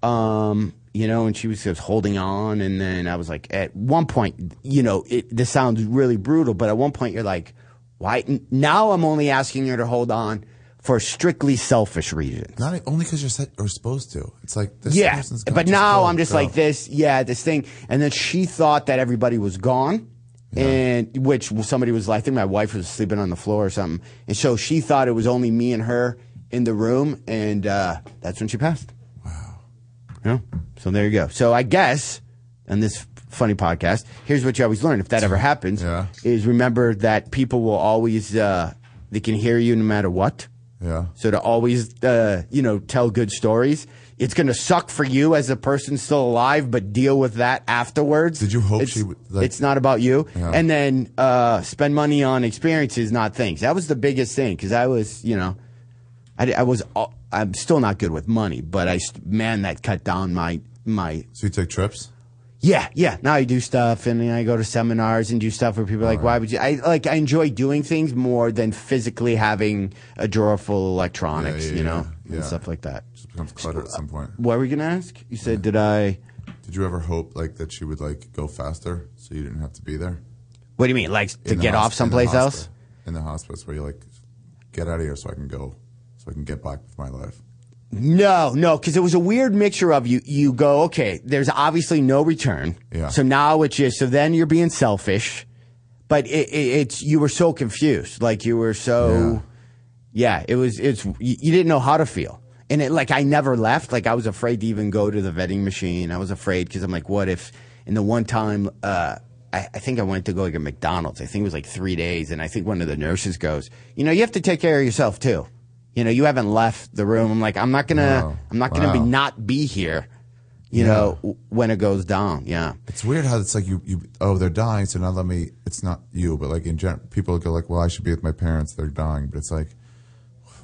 Speaker 6: um, you know, and she was just holding on, and then I was like, at one point, you know, it, this sounds really brutal, but at one point you're like. Why n- now? I'm only asking her to hold on for strictly selfish reasons.
Speaker 8: Not e, only because you're set or supposed to. It's like this
Speaker 6: Yeah,
Speaker 8: person's gonna
Speaker 6: but now
Speaker 8: go,
Speaker 6: I'm just
Speaker 8: go.
Speaker 6: like this. Yeah, this thing, and then she thought that everybody was gone, and which somebody was. I think my wife was sleeping on the floor or something, and so she thought it was only me and her in the room, and uh, that's when she passed. Wow. Yeah. So there you go. So I guess on this funny podcast, here's what you always learn if that ever happens is remember that people will always uh, they can hear you no matter what.
Speaker 8: Yeah.
Speaker 6: So to always uh, you know tell good stories. It's going to suck for you as a person still alive, but deal with that afterwards. Did you hope it's, she would?
Speaker 8: like-
Speaker 6: it's not about you.
Speaker 8: Yeah.
Speaker 6: And then uh, spend money on experiences, not things. That was the biggest thing because I was, you know, I, I was, all- I'm still not good with money, but I, st- man, that cut down my, my.
Speaker 8: So you take trips?
Speaker 6: Yeah, yeah. Now I do stuff, and I go to seminars and do stuff where people are like, "Why would you?" I like I enjoy doing things more than physically having a drawer full of electronics,
Speaker 8: Yeah, yeah,
Speaker 6: you know,
Speaker 8: yeah, yeah.
Speaker 6: and stuff like that.
Speaker 8: Just becomes clutter at some point.
Speaker 6: What were you gonna ask? You said, "Did I?"
Speaker 8: Did you ever hope like that she would like go faster so you didn't have to be there?
Speaker 6: What do you mean, like to
Speaker 8: In the
Speaker 6: get
Speaker 8: hosp-
Speaker 6: off
Speaker 8: in the
Speaker 6: someplace
Speaker 8: hospi-
Speaker 6: else?
Speaker 8: In the hospice where you're like, get out of here so I can go, so I can get back with my life.
Speaker 6: No, no, because it was a weird mixture of you. You go, okay, there's obviously no return.
Speaker 8: Yeah.
Speaker 6: So now it's just so then you're being selfish, but it, it, it's you were so confused, like you were so, yeah. it was it's you, you didn't know how to feel, and it like I never left. Like I was afraid to even go to the vetting machine. I was afraid because I'm like, what if? And the one time, uh, I, I think I went to go get McDonald's. I think it was like three days, and I think one of the nurses goes, you know, you have to take care of yourself too. You know, you haven't left the room. I'm like, I'm not gonna,
Speaker 8: Wow.
Speaker 6: I'm not gonna be
Speaker 8: Wow.
Speaker 6: not be here. You
Speaker 8: Yeah.
Speaker 6: know, w- when it goes down, yeah.
Speaker 8: It's weird how it's like you, you oh they're dying so now let me it's not you but like in general people go like well I should be with my parents they're dying but it's like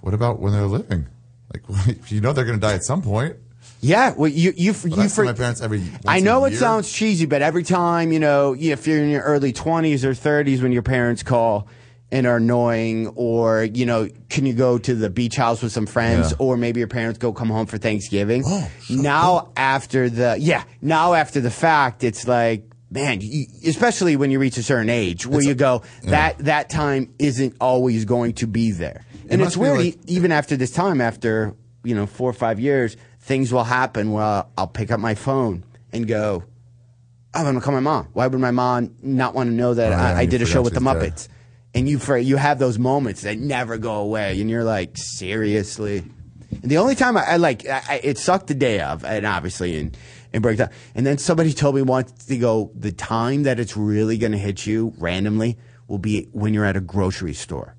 Speaker 8: what about when they're living like you know they're gonna die at some point
Speaker 6: yeah well you you
Speaker 8: but I
Speaker 6: you
Speaker 8: see
Speaker 6: for-
Speaker 8: my parents every
Speaker 6: I
Speaker 8: once a
Speaker 6: know it
Speaker 8: year.
Speaker 6: sounds cheesy, but every time, you know, if you're in your early 20s or 30s when your parents call and are annoying, or, you know, can you go to the beach house with some friends,
Speaker 15: Yeah.
Speaker 6: or maybe your parents go come home for Thanksgiving.
Speaker 8: Oh,
Speaker 6: now, after the, yeah, now after the fact, it's like, man, you, especially when you reach a certain age where you go, that, that time isn't always going to be there. And
Speaker 8: must
Speaker 6: it's
Speaker 8: be
Speaker 6: weird,
Speaker 8: like-
Speaker 6: e- even after this time, after you know four or five years, things will happen where I'll, I'll pick up my phone and go, "I'm gonna call my mom." Why would my mom not want to know that
Speaker 8: Oh, yeah,
Speaker 6: I, I
Speaker 8: you
Speaker 6: did a show
Speaker 8: forgot
Speaker 6: with the
Speaker 8: she's there.
Speaker 6: Muppets? And you for, you have those moments that never go away, and you're like, seriously. And the only time I, I like I, I, it sucked the day of, and obviously and and break down. And then somebody told me once to go the time that it's really gonna hit you randomly will be when you're at a grocery store.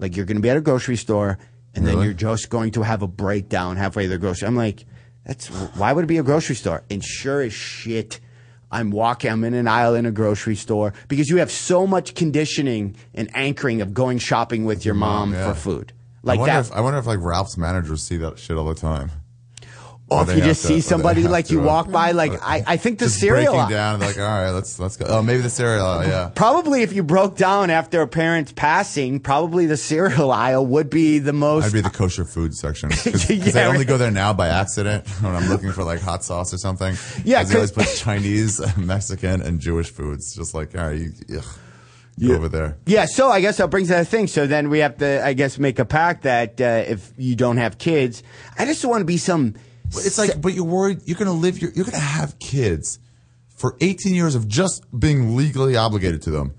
Speaker 6: Like you're going to be at a grocery store, and then you're just going to have a breakdown halfway to the grocery. I'm like, that's why would it be a grocery store? And sure as shit, I'm walking. I'm in an aisle in a grocery store because you have so much conditioning and anchoring of going shopping with your mom
Speaker 8: Yeah.
Speaker 6: for food.
Speaker 8: I
Speaker 6: Like
Speaker 8: wonder
Speaker 6: that.
Speaker 8: if, I wonder if like Ralph's managers see that shit all the time Where
Speaker 6: Or if
Speaker 8: oh, they
Speaker 6: you
Speaker 8: have
Speaker 6: just
Speaker 8: to-
Speaker 6: see
Speaker 8: where they
Speaker 6: somebody
Speaker 8: have
Speaker 6: like
Speaker 8: to,
Speaker 6: you
Speaker 8: uh,
Speaker 6: walk by, like I, I think the cereal
Speaker 8: breaking down like all right let's let's go oh maybe the cereal aisle, yeah
Speaker 6: Probably if you broke down after a parent's passing, probably the cereal aisle would be the most
Speaker 8: I'd be the kosher food section because
Speaker 6: Yeah,
Speaker 8: I only
Speaker 6: right.
Speaker 8: go there now by accident when I'm looking for like hot sauce or something.
Speaker 6: Yeah,
Speaker 8: 'Cause they always put Chinese, Mexican, and Jewish foods. Just like all right, you, ugh, go over there.
Speaker 6: Yeah, so I guess that brings that thing. So then we have to, I guess, make a pact that uh, if you don't have kids, I just want to be some.
Speaker 8: But it's like, but you're worried you're gonna live. You're, you're gonna have kids for 18 years of just being legally obligated to them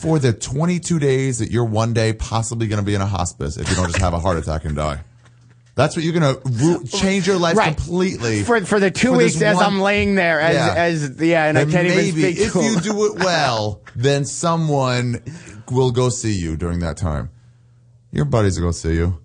Speaker 8: for the 22 days that you're one day possibly gonna be in a hospice if you don't just have a heart attack and die. That's what you're gonna ru- change your life completely
Speaker 6: for for the two
Speaker 8: for this
Speaker 6: weeks as
Speaker 8: one-
Speaker 6: I'm laying there as
Speaker 8: Yeah.
Speaker 6: as yeah, and I
Speaker 8: Then
Speaker 6: can't
Speaker 8: maybe
Speaker 6: even speak.
Speaker 8: If
Speaker 6: to
Speaker 8: you
Speaker 6: him.
Speaker 8: do it well, then someone will go see you during that time. Your buddies will go see you.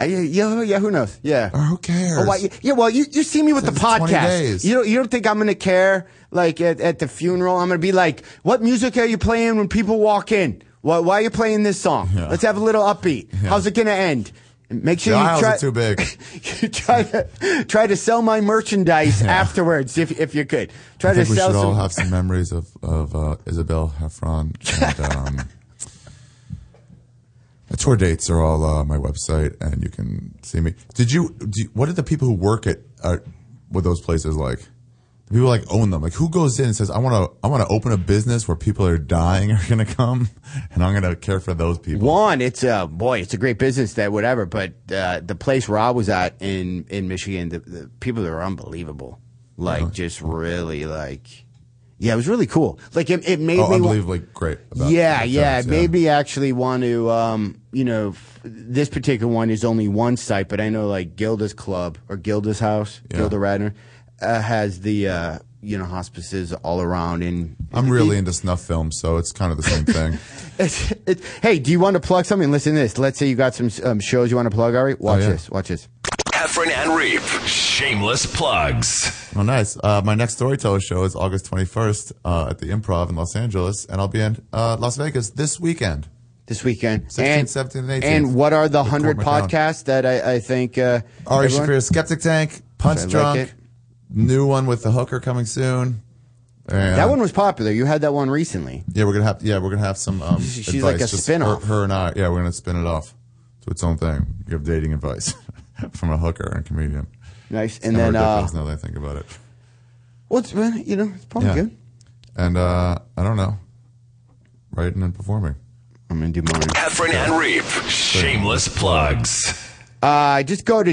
Speaker 6: I, yeah, oh, yeah, who knows? Yeah. Or
Speaker 8: who cares?
Speaker 6: Oh, why, yeah, well, you, you see me with the
Speaker 8: 20
Speaker 6: podcast.
Speaker 8: days.
Speaker 6: You don't you don't think I'm gonna care? Like at, at the funeral, I'm gonna be like, "What music are you playing when people walk in? Why, why are you playing this song? Let's have a little upbeat. How's it gonna end? Make sure
Speaker 8: The
Speaker 6: you
Speaker 8: aisles
Speaker 6: try
Speaker 8: are too big.
Speaker 6: you try to try to sell my merchandise afterwards if if you could. Try
Speaker 8: I think
Speaker 6: to
Speaker 8: we
Speaker 6: sell
Speaker 8: should all
Speaker 6: some.
Speaker 8: have some memories of of uh, Isabel Heffron. And, um, the tour dates are all uh, on my website, and you can see me. Did you? Do you- what are the people who work at uh, what those places like? The people like own them. Like who goes in and says, "I want to, I want to open a business where people are dying are going to come, and I'm going to care for those people."
Speaker 6: One, it's uh, boy, it's a great business that whatever. But uh, the place Rob was at in in Michigan, the, the people there are unbelievable. Like just really like, yeah, it was really cool. Like it, it made
Speaker 8: Oh,
Speaker 6: me wa-
Speaker 8: unbelievably great. about
Speaker 6: yeah,
Speaker 8: the
Speaker 6: yeah.
Speaker 8: times,
Speaker 6: It made me actually want to, um, you know, f- this particular one is only one site, but I know like Gilda's Club or Gilda's House, Gilda Radner, uh, has the, uh, you know, hospices all around. And
Speaker 8: I'm really into snuff films, so it's kind of the same thing.
Speaker 6: It's, it, hey, do you want to plug something? Listen to this. Let's say you got some um, shows you want to plug, Ari. Watch
Speaker 8: Oh, yeah.
Speaker 6: this. Watch this.
Speaker 9: Efren and Reap, shameless plugs.
Speaker 8: Well, nice. Uh, my next storyteller show is August 21st uh, at the Improv in Los Angeles, and I'll be in uh, Las Vegas this weekend.
Speaker 6: This weekend,
Speaker 8: 16th, 17th, and 18th.
Speaker 6: And what are the
Speaker 8: With Court
Speaker 6: 100
Speaker 8: McCown.
Speaker 6: podcasts that I, I think. Uh,
Speaker 8: Ari
Speaker 6: everyone-
Speaker 8: Shafir's Skeptic Tank, Punch
Speaker 6: If I like
Speaker 8: Drunk,
Speaker 6: it.
Speaker 8: new one with the hooker coming soon. And-
Speaker 6: That one was popular. You had that one recently.
Speaker 8: Yeah, we're gonna have. Yeah, we're gonna have some. Um,
Speaker 6: She's like
Speaker 8: advice,
Speaker 6: a
Speaker 8: just
Speaker 6: spin-off.
Speaker 8: Her, her and I. Yeah, we're gonna spin it off to its own thing. Give dating advice from a hooker and comedian.
Speaker 6: Nice.
Speaker 8: It's
Speaker 6: And
Speaker 8: kinda
Speaker 6: then, uh,
Speaker 8: ridiculous now that I think about it.
Speaker 6: Well, it's been, you know, it's probably good.
Speaker 8: And uh, I don't know, writing and performing.
Speaker 6: I'm gonna do mine.
Speaker 9: Efren and Reap, shameless plugs.
Speaker 6: Uh, just go to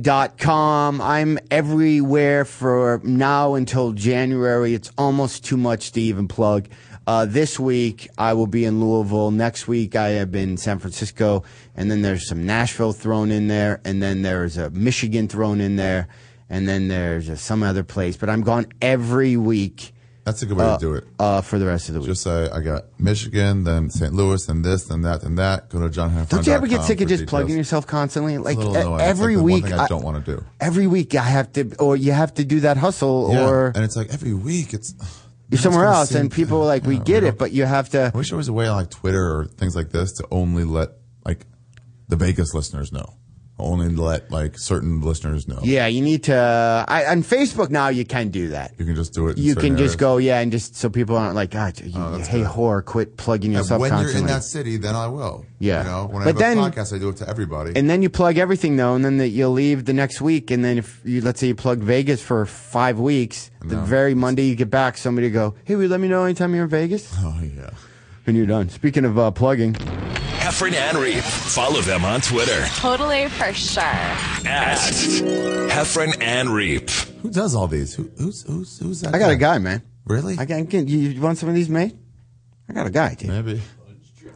Speaker 6: johnheffron.com. I'm everywhere for now until January. It's almost too much to even plug. Uh, this week, I will be in Louisville. Next week, I have been in San Francisco. And then there's some Nashville thrown in there. And then there's a Michigan thrown in there. And then there's a, some other place. But I'm gone every week.
Speaker 8: That's a good way
Speaker 6: Uh,
Speaker 8: to do it.
Speaker 6: Uh, for the rest of the week.
Speaker 8: Just say I got Michigan, then St. Louis, then this, then that, then that. Go to John.
Speaker 6: Don't you ever get sick of just plugging yourself constantly? Like e- every week,
Speaker 8: I don't want to do.
Speaker 6: every week I have to, or you have to do that hustle,
Speaker 8: Yeah,
Speaker 6: or
Speaker 8: and it's like every week it's
Speaker 6: you're
Speaker 8: it's
Speaker 6: somewhere
Speaker 8: gonna
Speaker 6: else,
Speaker 8: seem-
Speaker 6: and people are like, "We get it," but you have to.
Speaker 8: I wish there was a way on, like Twitter or things like this to only let like the Vegas listeners know, only let like certain listeners know.
Speaker 6: Yeah, you need to. I, on Facebook now, you can do that.
Speaker 8: You can just do it. in
Speaker 6: You
Speaker 8: certain
Speaker 6: can just
Speaker 8: areas.
Speaker 6: go, yeah, and just so people aren't like, God, you, you, hey, whore, quit plugging
Speaker 8: Oh, And
Speaker 6: yourself
Speaker 8: when
Speaker 6: constantly.
Speaker 8: you're in that city, then I will.
Speaker 6: Yeah.
Speaker 8: You know, when I
Speaker 6: But
Speaker 8: have
Speaker 6: then-
Speaker 8: a podcast, I do it to everybody.
Speaker 6: And then you plug everything though, and then that you'll leave the next week. And then if you let's say you plug Vegas for five weeks, the very Monday you get back, somebody go, "Hey, will you let me know anytime you're in Vegas?"
Speaker 8: Oh yeah.
Speaker 6: And you're done. Speaking of uh, plugging,
Speaker 9: Efren and Reap. Follow them on Twitter
Speaker 2: Totally for sure.
Speaker 9: at Hefren and Reap.
Speaker 8: Who does all these? Who, who's who's who's that?
Speaker 6: I got a guy, man.
Speaker 8: Really?
Speaker 6: I got. Can, you, you want some of these made? I got a guy, dude.
Speaker 8: Maybe.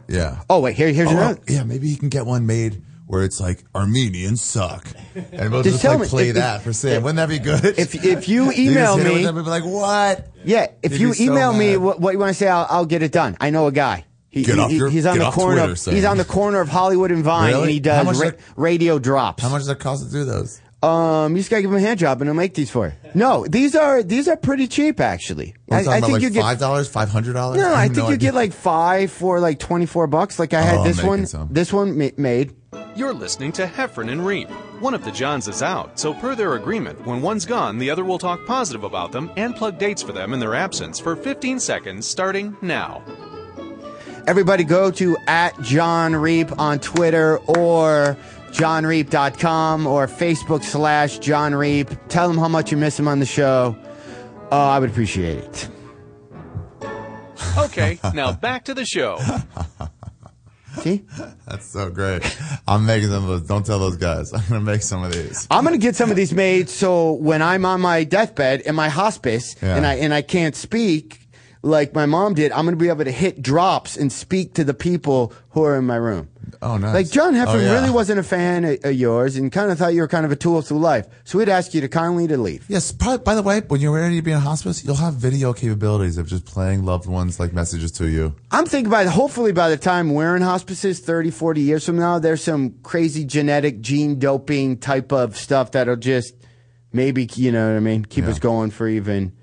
Speaker 8: Yeah.
Speaker 6: Oh wait, here, here's
Speaker 8: Oh,
Speaker 6: another.
Speaker 8: Yeah, maybe he can get one made where it's like Armenians suck, and we'll
Speaker 6: Just
Speaker 8: just,
Speaker 6: tell
Speaker 8: like
Speaker 6: me,
Speaker 8: play
Speaker 6: if-
Speaker 8: that for Sam. Wouldn't that be good?
Speaker 6: If if you
Speaker 8: just
Speaker 6: email
Speaker 8: hit it with
Speaker 6: me,
Speaker 8: them and be like, what?
Speaker 6: yeah, if
Speaker 8: You'd
Speaker 6: you
Speaker 8: be so
Speaker 6: email me
Speaker 8: mad.
Speaker 6: what, what you want to say, I'll, I'll get it done. I know a guy. He,
Speaker 8: Get
Speaker 6: he-
Speaker 8: off your-
Speaker 6: he's on
Speaker 8: get
Speaker 6: the
Speaker 8: off
Speaker 6: corner.
Speaker 8: Twitter,
Speaker 6: of,
Speaker 8: Sam.
Speaker 6: he's on the corner of Hollywood and Vine,
Speaker 8: Really?
Speaker 6: and he
Speaker 8: How
Speaker 6: does
Speaker 8: much
Speaker 6: ra-
Speaker 8: does-
Speaker 6: radio drops.
Speaker 8: How much does it cost to do those?
Speaker 6: Um, you just gotta give him a hand job and he'll make these for you. No, these are these are pretty cheap actually.
Speaker 8: We're talking
Speaker 6: I, I
Speaker 8: about
Speaker 6: think
Speaker 8: like
Speaker 6: you get
Speaker 8: five dollars, five hundred dollars.
Speaker 6: no, I think you get like five for like twenty four bucks. Like I had
Speaker 5: Oh, I'm
Speaker 6: this
Speaker 5: making
Speaker 6: one,
Speaker 5: some.
Speaker 6: this one ma- made.
Speaker 5: You're listening to Heffron and Reap. One of the Johns is out, so per their agreement, when one's gone, the other will talk positive about them and plug dates for them in their absence for 15 seconds starting now.
Speaker 6: Everybody go to at John Reap on Twitter or johnreap.com or Facebook slash John Reap. Tell him how much you miss him on the show. Oh, I would appreciate it.
Speaker 5: Okay, now back to the show.
Speaker 6: See?
Speaker 8: That's so great. I'm making some of those. Don't tell those guys. I'm gonna make some of these.
Speaker 6: I'm gonna get some of these made so when I'm on my deathbed in my hospice
Speaker 8: Yeah.
Speaker 6: and I and I can't speak like my mom did, I'm gonna be able to hit drops and speak to the people who are in my room.
Speaker 8: Oh, nice.
Speaker 6: Like John Heffernan
Speaker 8: Oh, yeah.
Speaker 6: really wasn't a fan of, of yours and kind of thought you were kind of a tool through life. So he'd ask you to kindly to leave.
Speaker 8: Yes. Probably, by the way, when you're ready to be in hospice, you'll have video capabilities of just playing loved ones like messages to you.
Speaker 6: I'm thinking about hopefully by the time we're in hospices 30, 40 years from now, there's some crazy genetic gene doping type of stuff that'll just maybe, you know what I mean, keep us going for even.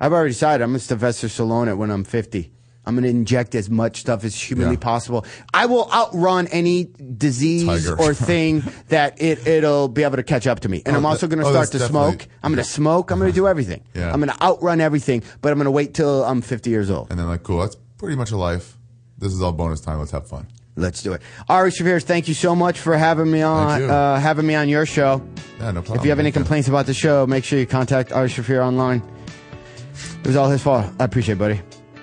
Speaker 6: I've already decided I'm going to Sylvester Stallone it when I'm 50. I'm going to inject as much stuff as humanly possible. I will outrun any disease
Speaker 8: Tiger.
Speaker 6: or thing that it, it'll be able to catch up to me. And
Speaker 8: Oh,
Speaker 6: I'm also
Speaker 8: that-
Speaker 6: going to
Speaker 8: oh,
Speaker 6: start to
Speaker 8: that's definitely-
Speaker 6: smoke. I'm going to smoke. I'm going to do everything.
Speaker 8: Yeah.
Speaker 6: I'm going to outrun everything, but I'm going to wait till I'm 50 years old.
Speaker 8: And then, like, cool, that's pretty much a life. This is all bonus time. Let's have fun.
Speaker 6: Let's do it. Ari Shavirs, thank you so much for having me on
Speaker 8: you. Oh,
Speaker 6: uh, having me on your show.
Speaker 8: Yeah, no problem.
Speaker 6: if you have any complaints about the show, make sure you contact Ari Shafir online. It was all his fault. I appreciate it, buddy.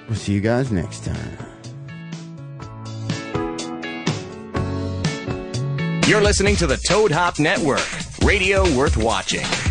Speaker 6: We'll see you guys next time.
Speaker 3: You're listening to the Toad Hop Network, radio worth watching.